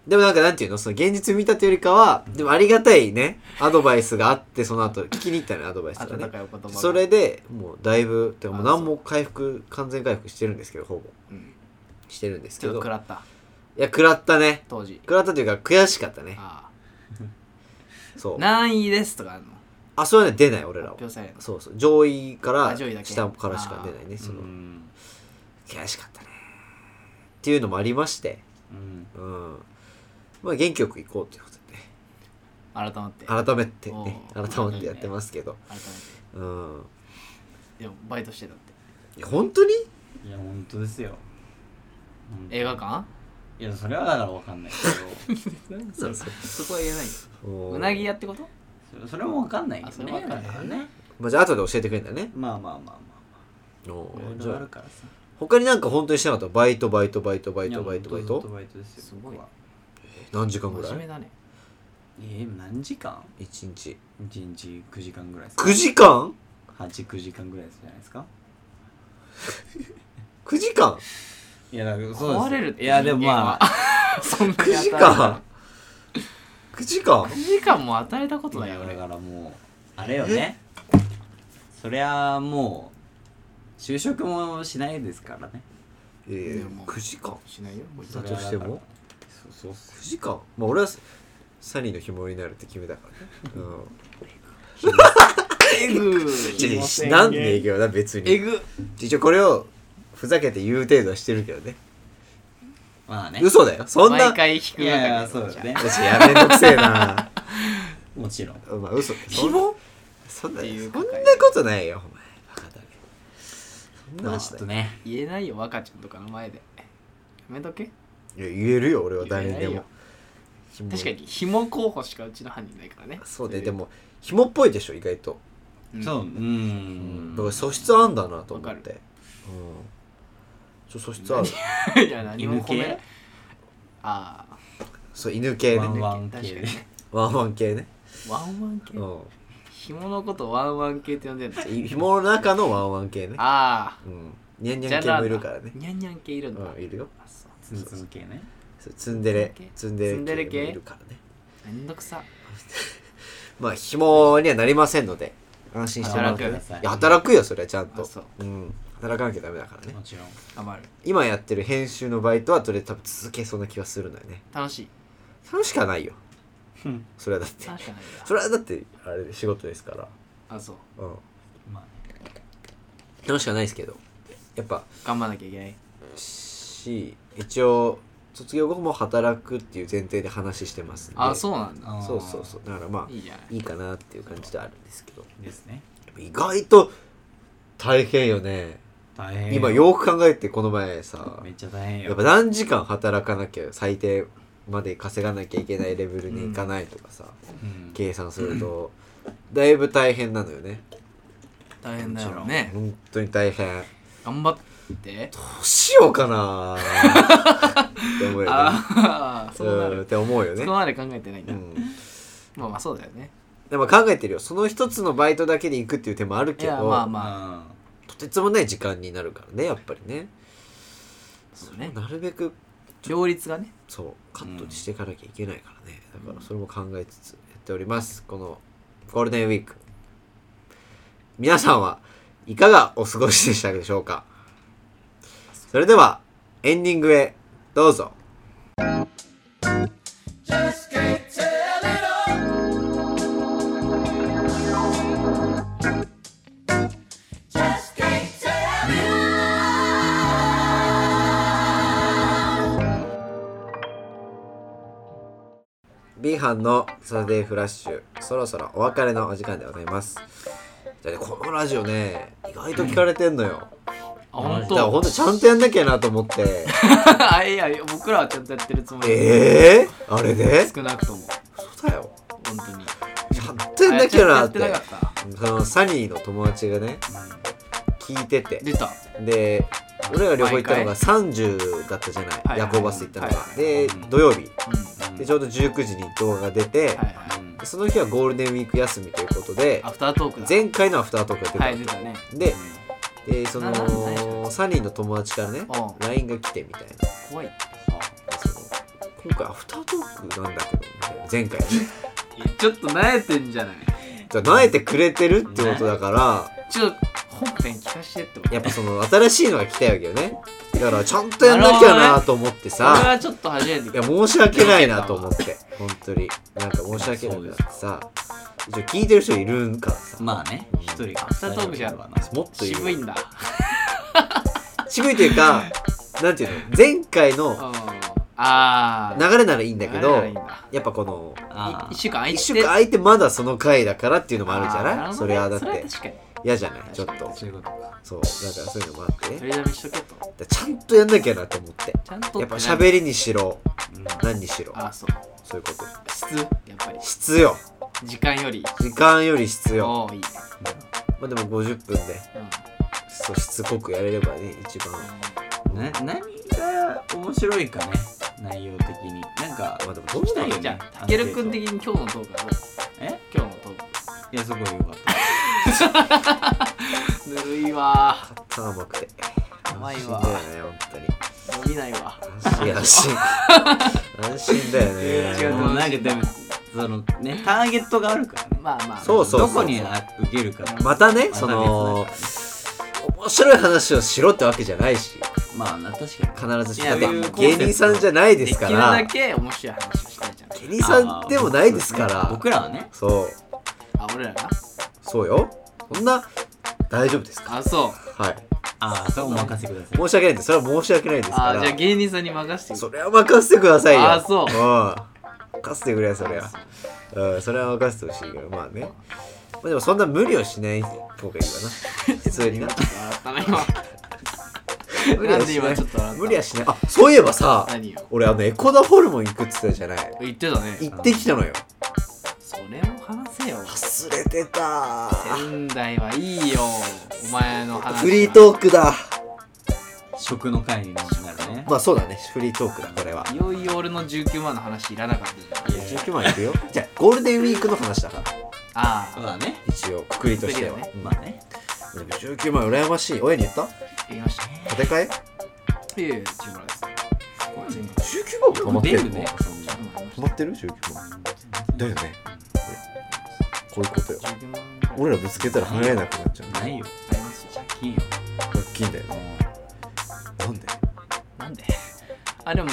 Speaker 1: でもなんかなんていうのその現実見たというよりかはでもありがたいねアドバイスがあってその後聞きに行ったねアドバイスが
Speaker 2: 温
Speaker 1: ね
Speaker 2: かいお言葉が
Speaker 1: それでもうだいぶてかもう
Speaker 2: あ
Speaker 1: 何も回復完全回復してるんですけどほぼ
Speaker 2: うん
Speaker 1: してるんです
Speaker 2: ち
Speaker 1: け
Speaker 2: ょっ
Speaker 1: ど
Speaker 2: と食らった
Speaker 1: いや食らったね
Speaker 2: 当時
Speaker 1: 食らったというか悔しかったね
Speaker 2: あ
Speaker 1: そ
Speaker 2: あ
Speaker 1: う
Speaker 2: 何位ですとかあるの
Speaker 1: あそれはね出ない俺ら
Speaker 2: 発
Speaker 1: は
Speaker 2: 表されるの
Speaker 1: そうそう上位から
Speaker 2: あ上位だけ
Speaker 1: 下からしか出ないねその
Speaker 3: うん
Speaker 1: 悔しかったねっていうのもありまして
Speaker 3: うん
Speaker 1: うんまあ元気よく行こうということでね
Speaker 2: 改まって改
Speaker 1: 改めてね
Speaker 2: おー
Speaker 1: 改まってやってますけど
Speaker 2: めて
Speaker 1: うん
Speaker 2: でもバイトしてたって
Speaker 1: いや本当に
Speaker 3: いや本当ですようん
Speaker 2: 映画館
Speaker 3: いやそれはだからわかんないけど
Speaker 1: そうそう
Speaker 2: そこは言えないよ
Speaker 1: おー
Speaker 2: うなぎ屋ってこと
Speaker 3: それそれもわかんないけ
Speaker 2: あそ
Speaker 3: ど
Speaker 2: れ
Speaker 3: ね
Speaker 2: もわかんない
Speaker 3: だからね
Speaker 1: まあじゃあ後で教えてくれるんだね
Speaker 3: まあまあまあま
Speaker 1: お
Speaker 3: あまあ
Speaker 1: ー
Speaker 3: い
Speaker 1: じ
Speaker 3: ろ
Speaker 1: ゃ
Speaker 3: いろある
Speaker 1: あ
Speaker 3: からさ
Speaker 1: 他になんか本当にしてなかったバイトバイトバイトバイトバイトバイ
Speaker 3: いやもうずっと
Speaker 1: ト
Speaker 3: バイトですよ
Speaker 2: すごい
Speaker 3: 僕は
Speaker 1: 何時間ぐら
Speaker 2: 真面目
Speaker 1: い
Speaker 2: だね
Speaker 3: えー何時間
Speaker 1: 一日
Speaker 3: 一日9時間ぐらいですか
Speaker 1: 9時間
Speaker 3: 89時間ぐらいですじゃないですか
Speaker 1: ?9 時間
Speaker 3: いやだからそうです
Speaker 2: 壊れるって
Speaker 3: いやでもまあ
Speaker 2: あ そんなに
Speaker 1: ?9 時間 ?9 時間
Speaker 2: 9時間も与えたことないい
Speaker 3: や
Speaker 2: よ
Speaker 3: だ
Speaker 2: 俺
Speaker 3: からもうあれよねそりゃもう就職もしないですからね
Speaker 1: ええ
Speaker 2: でも
Speaker 1: 9時間
Speaker 2: しないよこいつ
Speaker 1: だとしても
Speaker 3: そうそう
Speaker 1: 9時間まあ俺はサニーの紐になるって決めたからね、う
Speaker 2: えぐ
Speaker 1: んちょちょ、なんで営業だ別
Speaker 2: え
Speaker 1: に
Speaker 2: ぐ
Speaker 1: 一応これをふざけて言う程度はしてるけどね
Speaker 3: まあね
Speaker 1: 嘘だよそんな
Speaker 2: 毎回引く
Speaker 3: い
Speaker 2: わけ
Speaker 3: やいやそうだね
Speaker 1: よしやめんどくせえ な
Speaker 3: もちろん
Speaker 1: まあ嘘
Speaker 2: 紐
Speaker 1: そんなそ
Speaker 2: っていうんか
Speaker 1: なことないよお前バカだねそんな
Speaker 3: ま
Speaker 1: こ
Speaker 3: あちょ
Speaker 1: と
Speaker 3: っと
Speaker 1: ない
Speaker 3: ね
Speaker 2: 言えないよ若ちゃんとかの前でやめとけ
Speaker 1: いや言えるよ俺は誰にで
Speaker 2: 言えないよ
Speaker 1: も紐
Speaker 2: 確かに紐候補しかうちの犯人ないからね
Speaker 1: そうねでも紐っぽいでしょ意外と
Speaker 2: うん
Speaker 3: そうう
Speaker 1: だ
Speaker 3: ん
Speaker 1: から素質あんだなと思ってうんちょ素質ある
Speaker 2: いや何も褒め
Speaker 3: 犬系
Speaker 2: ああ
Speaker 1: そう犬系
Speaker 3: ワン
Speaker 1: ね
Speaker 3: ワ
Speaker 2: 確
Speaker 3: ン
Speaker 2: か
Speaker 3: 系
Speaker 2: に
Speaker 3: で
Speaker 2: ね
Speaker 1: ワンワン系ね
Speaker 2: ワンワン系
Speaker 1: うん
Speaker 2: 紐のことワンワン系って呼んでるの
Speaker 1: ひ紐の中のワンワン系ね
Speaker 2: あ
Speaker 1: う
Speaker 2: あ
Speaker 1: んニャンニ
Speaker 2: じ
Speaker 1: ャ
Speaker 2: ゃ
Speaker 1: ン系もいるからね
Speaker 2: ニャンニャン系いるんだ
Speaker 1: うんいるよ
Speaker 2: あそう
Speaker 3: ツンツン系ね
Speaker 1: そうツンデレツンデ
Speaker 2: ツンデレ
Speaker 1: レ系
Speaker 2: 系
Speaker 1: もいるからね
Speaker 2: めんどくさ
Speaker 1: まあ紐にはなりませんので安心してもらってね
Speaker 3: 働く
Speaker 1: いや働くよそれはちゃん
Speaker 2: あ
Speaker 1: と
Speaker 2: そう
Speaker 1: うん働かなきゃダメだからね
Speaker 3: もちろん
Speaker 2: 頑張る
Speaker 1: 今やってる編集のバイトはとりあえず多分続けそうな気がするのよね
Speaker 2: 楽しい
Speaker 1: 楽しくはないよ
Speaker 3: うん
Speaker 1: それはだって
Speaker 2: 楽しくないんだ
Speaker 1: それはだってあれで仕事ですから
Speaker 2: あそう
Speaker 1: うん
Speaker 3: まあ
Speaker 1: 楽しくはないですけどやっぱ
Speaker 2: 頑張んなきゃいけない
Speaker 1: し一応卒業後も働くっていう前提で話してますんで
Speaker 2: あそうなんだ
Speaker 3: あー
Speaker 1: そうそうそうだからま
Speaker 2: いいじゃない
Speaker 1: あいいかなっていう感じではあるんですけど
Speaker 3: ですね
Speaker 1: 意外と大変よね、
Speaker 3: 大変
Speaker 1: 今よく考えてこの前さ
Speaker 3: めっちゃ大変よ
Speaker 1: やっぱ何時間働かなきゃ最低まで稼がなきゃいけないレベルにいかないとかさ、
Speaker 3: うん
Speaker 1: 計算するとだいぶ大変なのよね
Speaker 2: 大変だよね
Speaker 1: 本当に大変
Speaker 2: 頑張って
Speaker 1: どうしようかなって思うよね
Speaker 2: ああそうな
Speaker 1: うんっ
Speaker 2: る
Speaker 1: て思うよ
Speaker 2: そ
Speaker 1: ね
Speaker 2: こまで考えてないん
Speaker 1: う
Speaker 2: だ
Speaker 1: ん
Speaker 2: まあまあそうだよね
Speaker 1: でも考えてるよその一つのバイトだけで行くっていう手もある
Speaker 2: い
Speaker 1: けど、
Speaker 2: やまあまあ
Speaker 3: まあ
Speaker 1: とてつもない時間になるからねやっぱりね
Speaker 2: そうね
Speaker 1: なるべく
Speaker 2: 両立がね
Speaker 1: そうカットしていかなきゃいけないからね、だからそれも考えつつやっておりますこのゴールデンウィーク皆さんはいかがお過ごしでしたでしょうかそれではエンディングへどうぞビーハンのサタデーフラッシュそろそろお別れのお時間でございますじゃあねこのラジオね意外と聞かれてんのよ、
Speaker 2: あ本
Speaker 1: だからほ
Speaker 2: 当
Speaker 1: んとちゃんとやんなきゃなと思って
Speaker 2: あ いやいや僕らはちゃんとやってるつもり
Speaker 1: ええー、あれで
Speaker 2: 少なくとも
Speaker 1: そうだよ
Speaker 2: 本当に
Speaker 1: ちゃんとやんなきゃな
Speaker 2: あ
Speaker 1: って
Speaker 2: やっなかっ
Speaker 1: そのサニーの友達がね聞いてて
Speaker 2: た出た
Speaker 1: で俺ら旅行行ったのが30だったじゃない、
Speaker 2: はい
Speaker 1: 夜行バスで行ったのが、
Speaker 2: はい
Speaker 1: で
Speaker 3: うん
Speaker 1: 土曜日
Speaker 2: うん
Speaker 1: でちょうど19時に動画が出て、
Speaker 2: はいはい
Speaker 1: でその日はゴールデンウィーク休みということで
Speaker 2: アフタートークだ
Speaker 1: 前回のアフタートークが出た、
Speaker 2: はい出たね
Speaker 1: ででそ
Speaker 2: ななんなんでしょ
Speaker 1: の
Speaker 2: う
Speaker 1: サニーの友達からね
Speaker 2: う
Speaker 1: LINE が来てみたいな
Speaker 2: 怖い
Speaker 1: その今回アフタートークなんだけどみたいな前回ね
Speaker 2: いやちょっと慣れてんじゃない
Speaker 1: じゃあ慣れてくれてるってことだから、
Speaker 2: ちょっと本編聞かしてってこと
Speaker 1: やっぱその新しいのが来たわけよねだからちゃんとやんなきゃなと思って
Speaker 2: 俺
Speaker 1: さ、
Speaker 2: はちょっと初めて聞い
Speaker 1: いや申し訳ないなと思って本当になんか申し訳なくなってさ一応聞いてる人いるんからさ
Speaker 3: まあね一人が
Speaker 2: アフタートークじゃん
Speaker 3: な
Speaker 1: もっといる
Speaker 2: 渋いんだ
Speaker 1: 渋いという かなんていうの前回
Speaker 2: う
Speaker 1: の
Speaker 2: んあー
Speaker 1: 流れならいいんだけ
Speaker 2: 流れ
Speaker 1: ど
Speaker 2: はいいんだ
Speaker 1: やっぱこの
Speaker 3: あ
Speaker 2: い一週間空いて
Speaker 1: 一週間空いてまだその回だからっていうのもあるじゃ
Speaker 2: ー
Speaker 1: ない
Speaker 2: るほ
Speaker 1: そ
Speaker 2: ど
Speaker 1: れ
Speaker 2: ね
Speaker 1: はだっ
Speaker 2: それ
Speaker 1: て
Speaker 2: 確かに
Speaker 1: 嫌じゃないちょっと
Speaker 2: 確かに
Speaker 3: そういうことか
Speaker 1: そうだからそういうのもあってね
Speaker 2: 取りだめしとけと
Speaker 1: だからちゃんとやんなきゃなと思って
Speaker 2: ちゃんと
Speaker 1: やっぱ
Speaker 2: る
Speaker 1: 喋りにしろ
Speaker 3: うん
Speaker 1: 何にしろ
Speaker 2: あーそう
Speaker 1: そういうこと
Speaker 2: 質やっぱり
Speaker 1: 質よ
Speaker 2: 時間より
Speaker 1: 時間より質よ
Speaker 2: おおいいね
Speaker 1: まあでも50分で
Speaker 2: うん
Speaker 1: そうしつこくやれればね一番
Speaker 3: な何が面白いかね内容的になんか
Speaker 1: まあでもどう
Speaker 3: したいよね
Speaker 2: じゃあ、たけるくん的に今日のトークはどう
Speaker 3: え
Speaker 2: 今日のトー
Speaker 3: いやすごいよかっ
Speaker 2: ク。ぬるいわ
Speaker 1: た甘くて
Speaker 2: ー。甘いわ
Speaker 1: 安心だよね
Speaker 2: ー。 伸びないわ。
Speaker 1: 本当に安 心安心安心だよね
Speaker 3: た違うでもなんかでもそのねターゲットがあるからね
Speaker 2: まあまあ。
Speaker 1: そうそうそう
Speaker 3: どこにあ受けるか
Speaker 1: またね
Speaker 3: また
Speaker 1: その面白い話をしろってわけじゃないし
Speaker 3: まあな確かに
Speaker 1: 必ずし
Speaker 3: いや
Speaker 1: も
Speaker 3: そういうコンセ
Speaker 1: 芸
Speaker 3: プト
Speaker 1: 人さんじゃないで
Speaker 2: ですき
Speaker 1: か
Speaker 2: る
Speaker 1: ら
Speaker 2: だ
Speaker 1: 芸
Speaker 2: け面白い話をしたいじゃん。
Speaker 1: 人さんでもないですか
Speaker 3: あー
Speaker 1: ら
Speaker 3: 僕らはね
Speaker 1: そう
Speaker 2: あ、俺らが
Speaker 1: そうよそんな大丈夫ですか
Speaker 2: あ、そう。
Speaker 1: はい
Speaker 3: ああそうお任せください
Speaker 1: 申し訳ないんですそれは申し訳ないですか
Speaker 2: あ、
Speaker 1: ら
Speaker 2: じゃあ芸人さんに任せて
Speaker 1: それは任せてくださいよ
Speaker 2: あそうん
Speaker 1: 任せてくれよそれはうんそれは任せてほしいからまあねまあでもそんな無理をしない方がいいわな普通にな
Speaker 2: 笑ったな、今。
Speaker 1: 無理は
Speaker 2: なんで
Speaker 1: しな
Speaker 2: 今
Speaker 1: い
Speaker 2: ちょっと笑った
Speaker 1: 無理はしないあそういえばさ
Speaker 2: 何よ。
Speaker 1: 俺あのエコダホルモン行くっつってたじゃない
Speaker 2: 言ってたね。
Speaker 1: 行ってきたのよ
Speaker 2: それを話せよ。
Speaker 1: 忘れてた
Speaker 2: 仙台はいいよ。お前の話は。
Speaker 1: フリートークだ
Speaker 3: 食の会になるね
Speaker 1: まあそうだねフリートークだこれはい
Speaker 2: よいよ俺の19万の話いらなかったじゃん。
Speaker 3: いや
Speaker 1: 19万行くよじゃあゴールデンウィークの話だから
Speaker 2: あ
Speaker 3: そうだね
Speaker 1: 一応くくりとしては、
Speaker 2: くくりだ
Speaker 1: うん
Speaker 3: まあね
Speaker 1: でも19万羨ましい親に言った
Speaker 2: あ、言いましたね。
Speaker 1: 建て替え
Speaker 2: いやいや、10万です。これ全部。
Speaker 1: 19万も
Speaker 3: 出
Speaker 1: る
Speaker 3: るねそんな
Speaker 2: 10万ありました
Speaker 1: 止まってる19万だよねこういうことよ
Speaker 2: 19万ぐらい
Speaker 1: 俺らぶつけたら払えなくなっちゃう
Speaker 3: ないよ
Speaker 2: ありますよ
Speaker 3: 借金よ
Speaker 1: 大きいんだよねなんで
Speaker 2: なんで あでも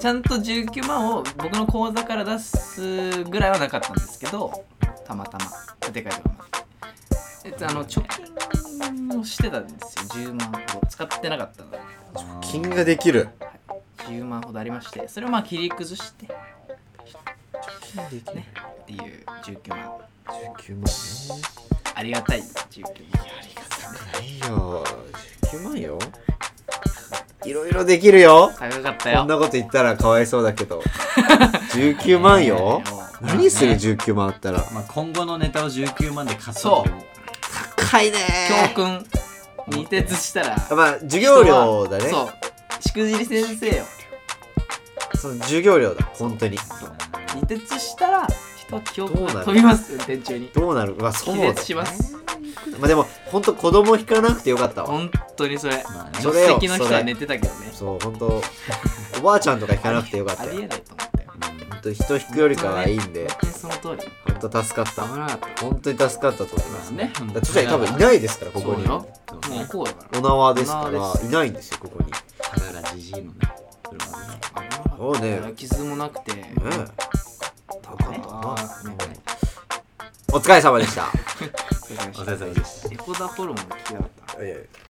Speaker 2: ちゃんと19万を僕の口座から出すぐらいはなかったんですけどたまたまでかいとかもあってえっとあの貯金をしてたんですよ10万ほど使ってなかったので
Speaker 1: 金ができる
Speaker 2: 10万ほどありましてそれをまあ切り崩して
Speaker 1: でき
Speaker 2: ねっていう19万
Speaker 1: 19万ね
Speaker 2: ありがたい19万ありがた
Speaker 1: ないよ19万よいろいろできるよ
Speaker 2: 高かったよ
Speaker 1: こんなこと言ったらかわいそうだけ ど19万よ
Speaker 2: ね
Speaker 1: 何する19万あったら
Speaker 3: まあ今後のネタを19万で買ったと思う
Speaker 1: 高いね
Speaker 2: 教訓二徹したら
Speaker 1: まあ授業料だね
Speaker 2: そうしくじり先生よ
Speaker 1: その授業料だ本当に
Speaker 2: 二徹したら人は記憶
Speaker 1: どうな
Speaker 2: が
Speaker 1: る
Speaker 2: 飛びます運転中に
Speaker 1: どうなるまあそう
Speaker 2: 気
Speaker 1: だね
Speaker 2: 絶します
Speaker 1: まあでも本当子供引かなくてよかったわ
Speaker 2: 本当にそれ
Speaker 3: まあ
Speaker 1: そ
Speaker 3: ね
Speaker 1: うれよ
Speaker 2: 助手席の人
Speaker 1: そ
Speaker 2: は
Speaker 1: れ
Speaker 2: 寝てたけどね
Speaker 1: そう本当おばあちゃんとか引かなくてよかった
Speaker 2: あり
Speaker 1: よ
Speaker 2: えないと思ったよ
Speaker 1: 本当人引くよりかはいいんで
Speaker 2: 本当にその通り
Speaker 1: 本当助かっ
Speaker 2: 危
Speaker 1: た
Speaker 2: なかった
Speaker 1: 本当に助かったと思います
Speaker 3: ね
Speaker 1: だって多分いないですからここに
Speaker 2: そうよ
Speaker 3: そう
Speaker 2: もう
Speaker 3: ね
Speaker 2: こうだから
Speaker 1: 小縄ですか
Speaker 2: 小縄
Speaker 1: らいないんですよここに
Speaker 3: だからじじいのね車でね
Speaker 1: そうね
Speaker 2: 傷もなくて、ね
Speaker 1: ね高かったな
Speaker 2: あーね
Speaker 1: お疲れ様でした
Speaker 2: お疲れ様で
Speaker 3: お
Speaker 2: し
Speaker 3: 疲
Speaker 2: た
Speaker 3: れ様でした
Speaker 2: エコダホルモン聞きやがった
Speaker 1: いやいや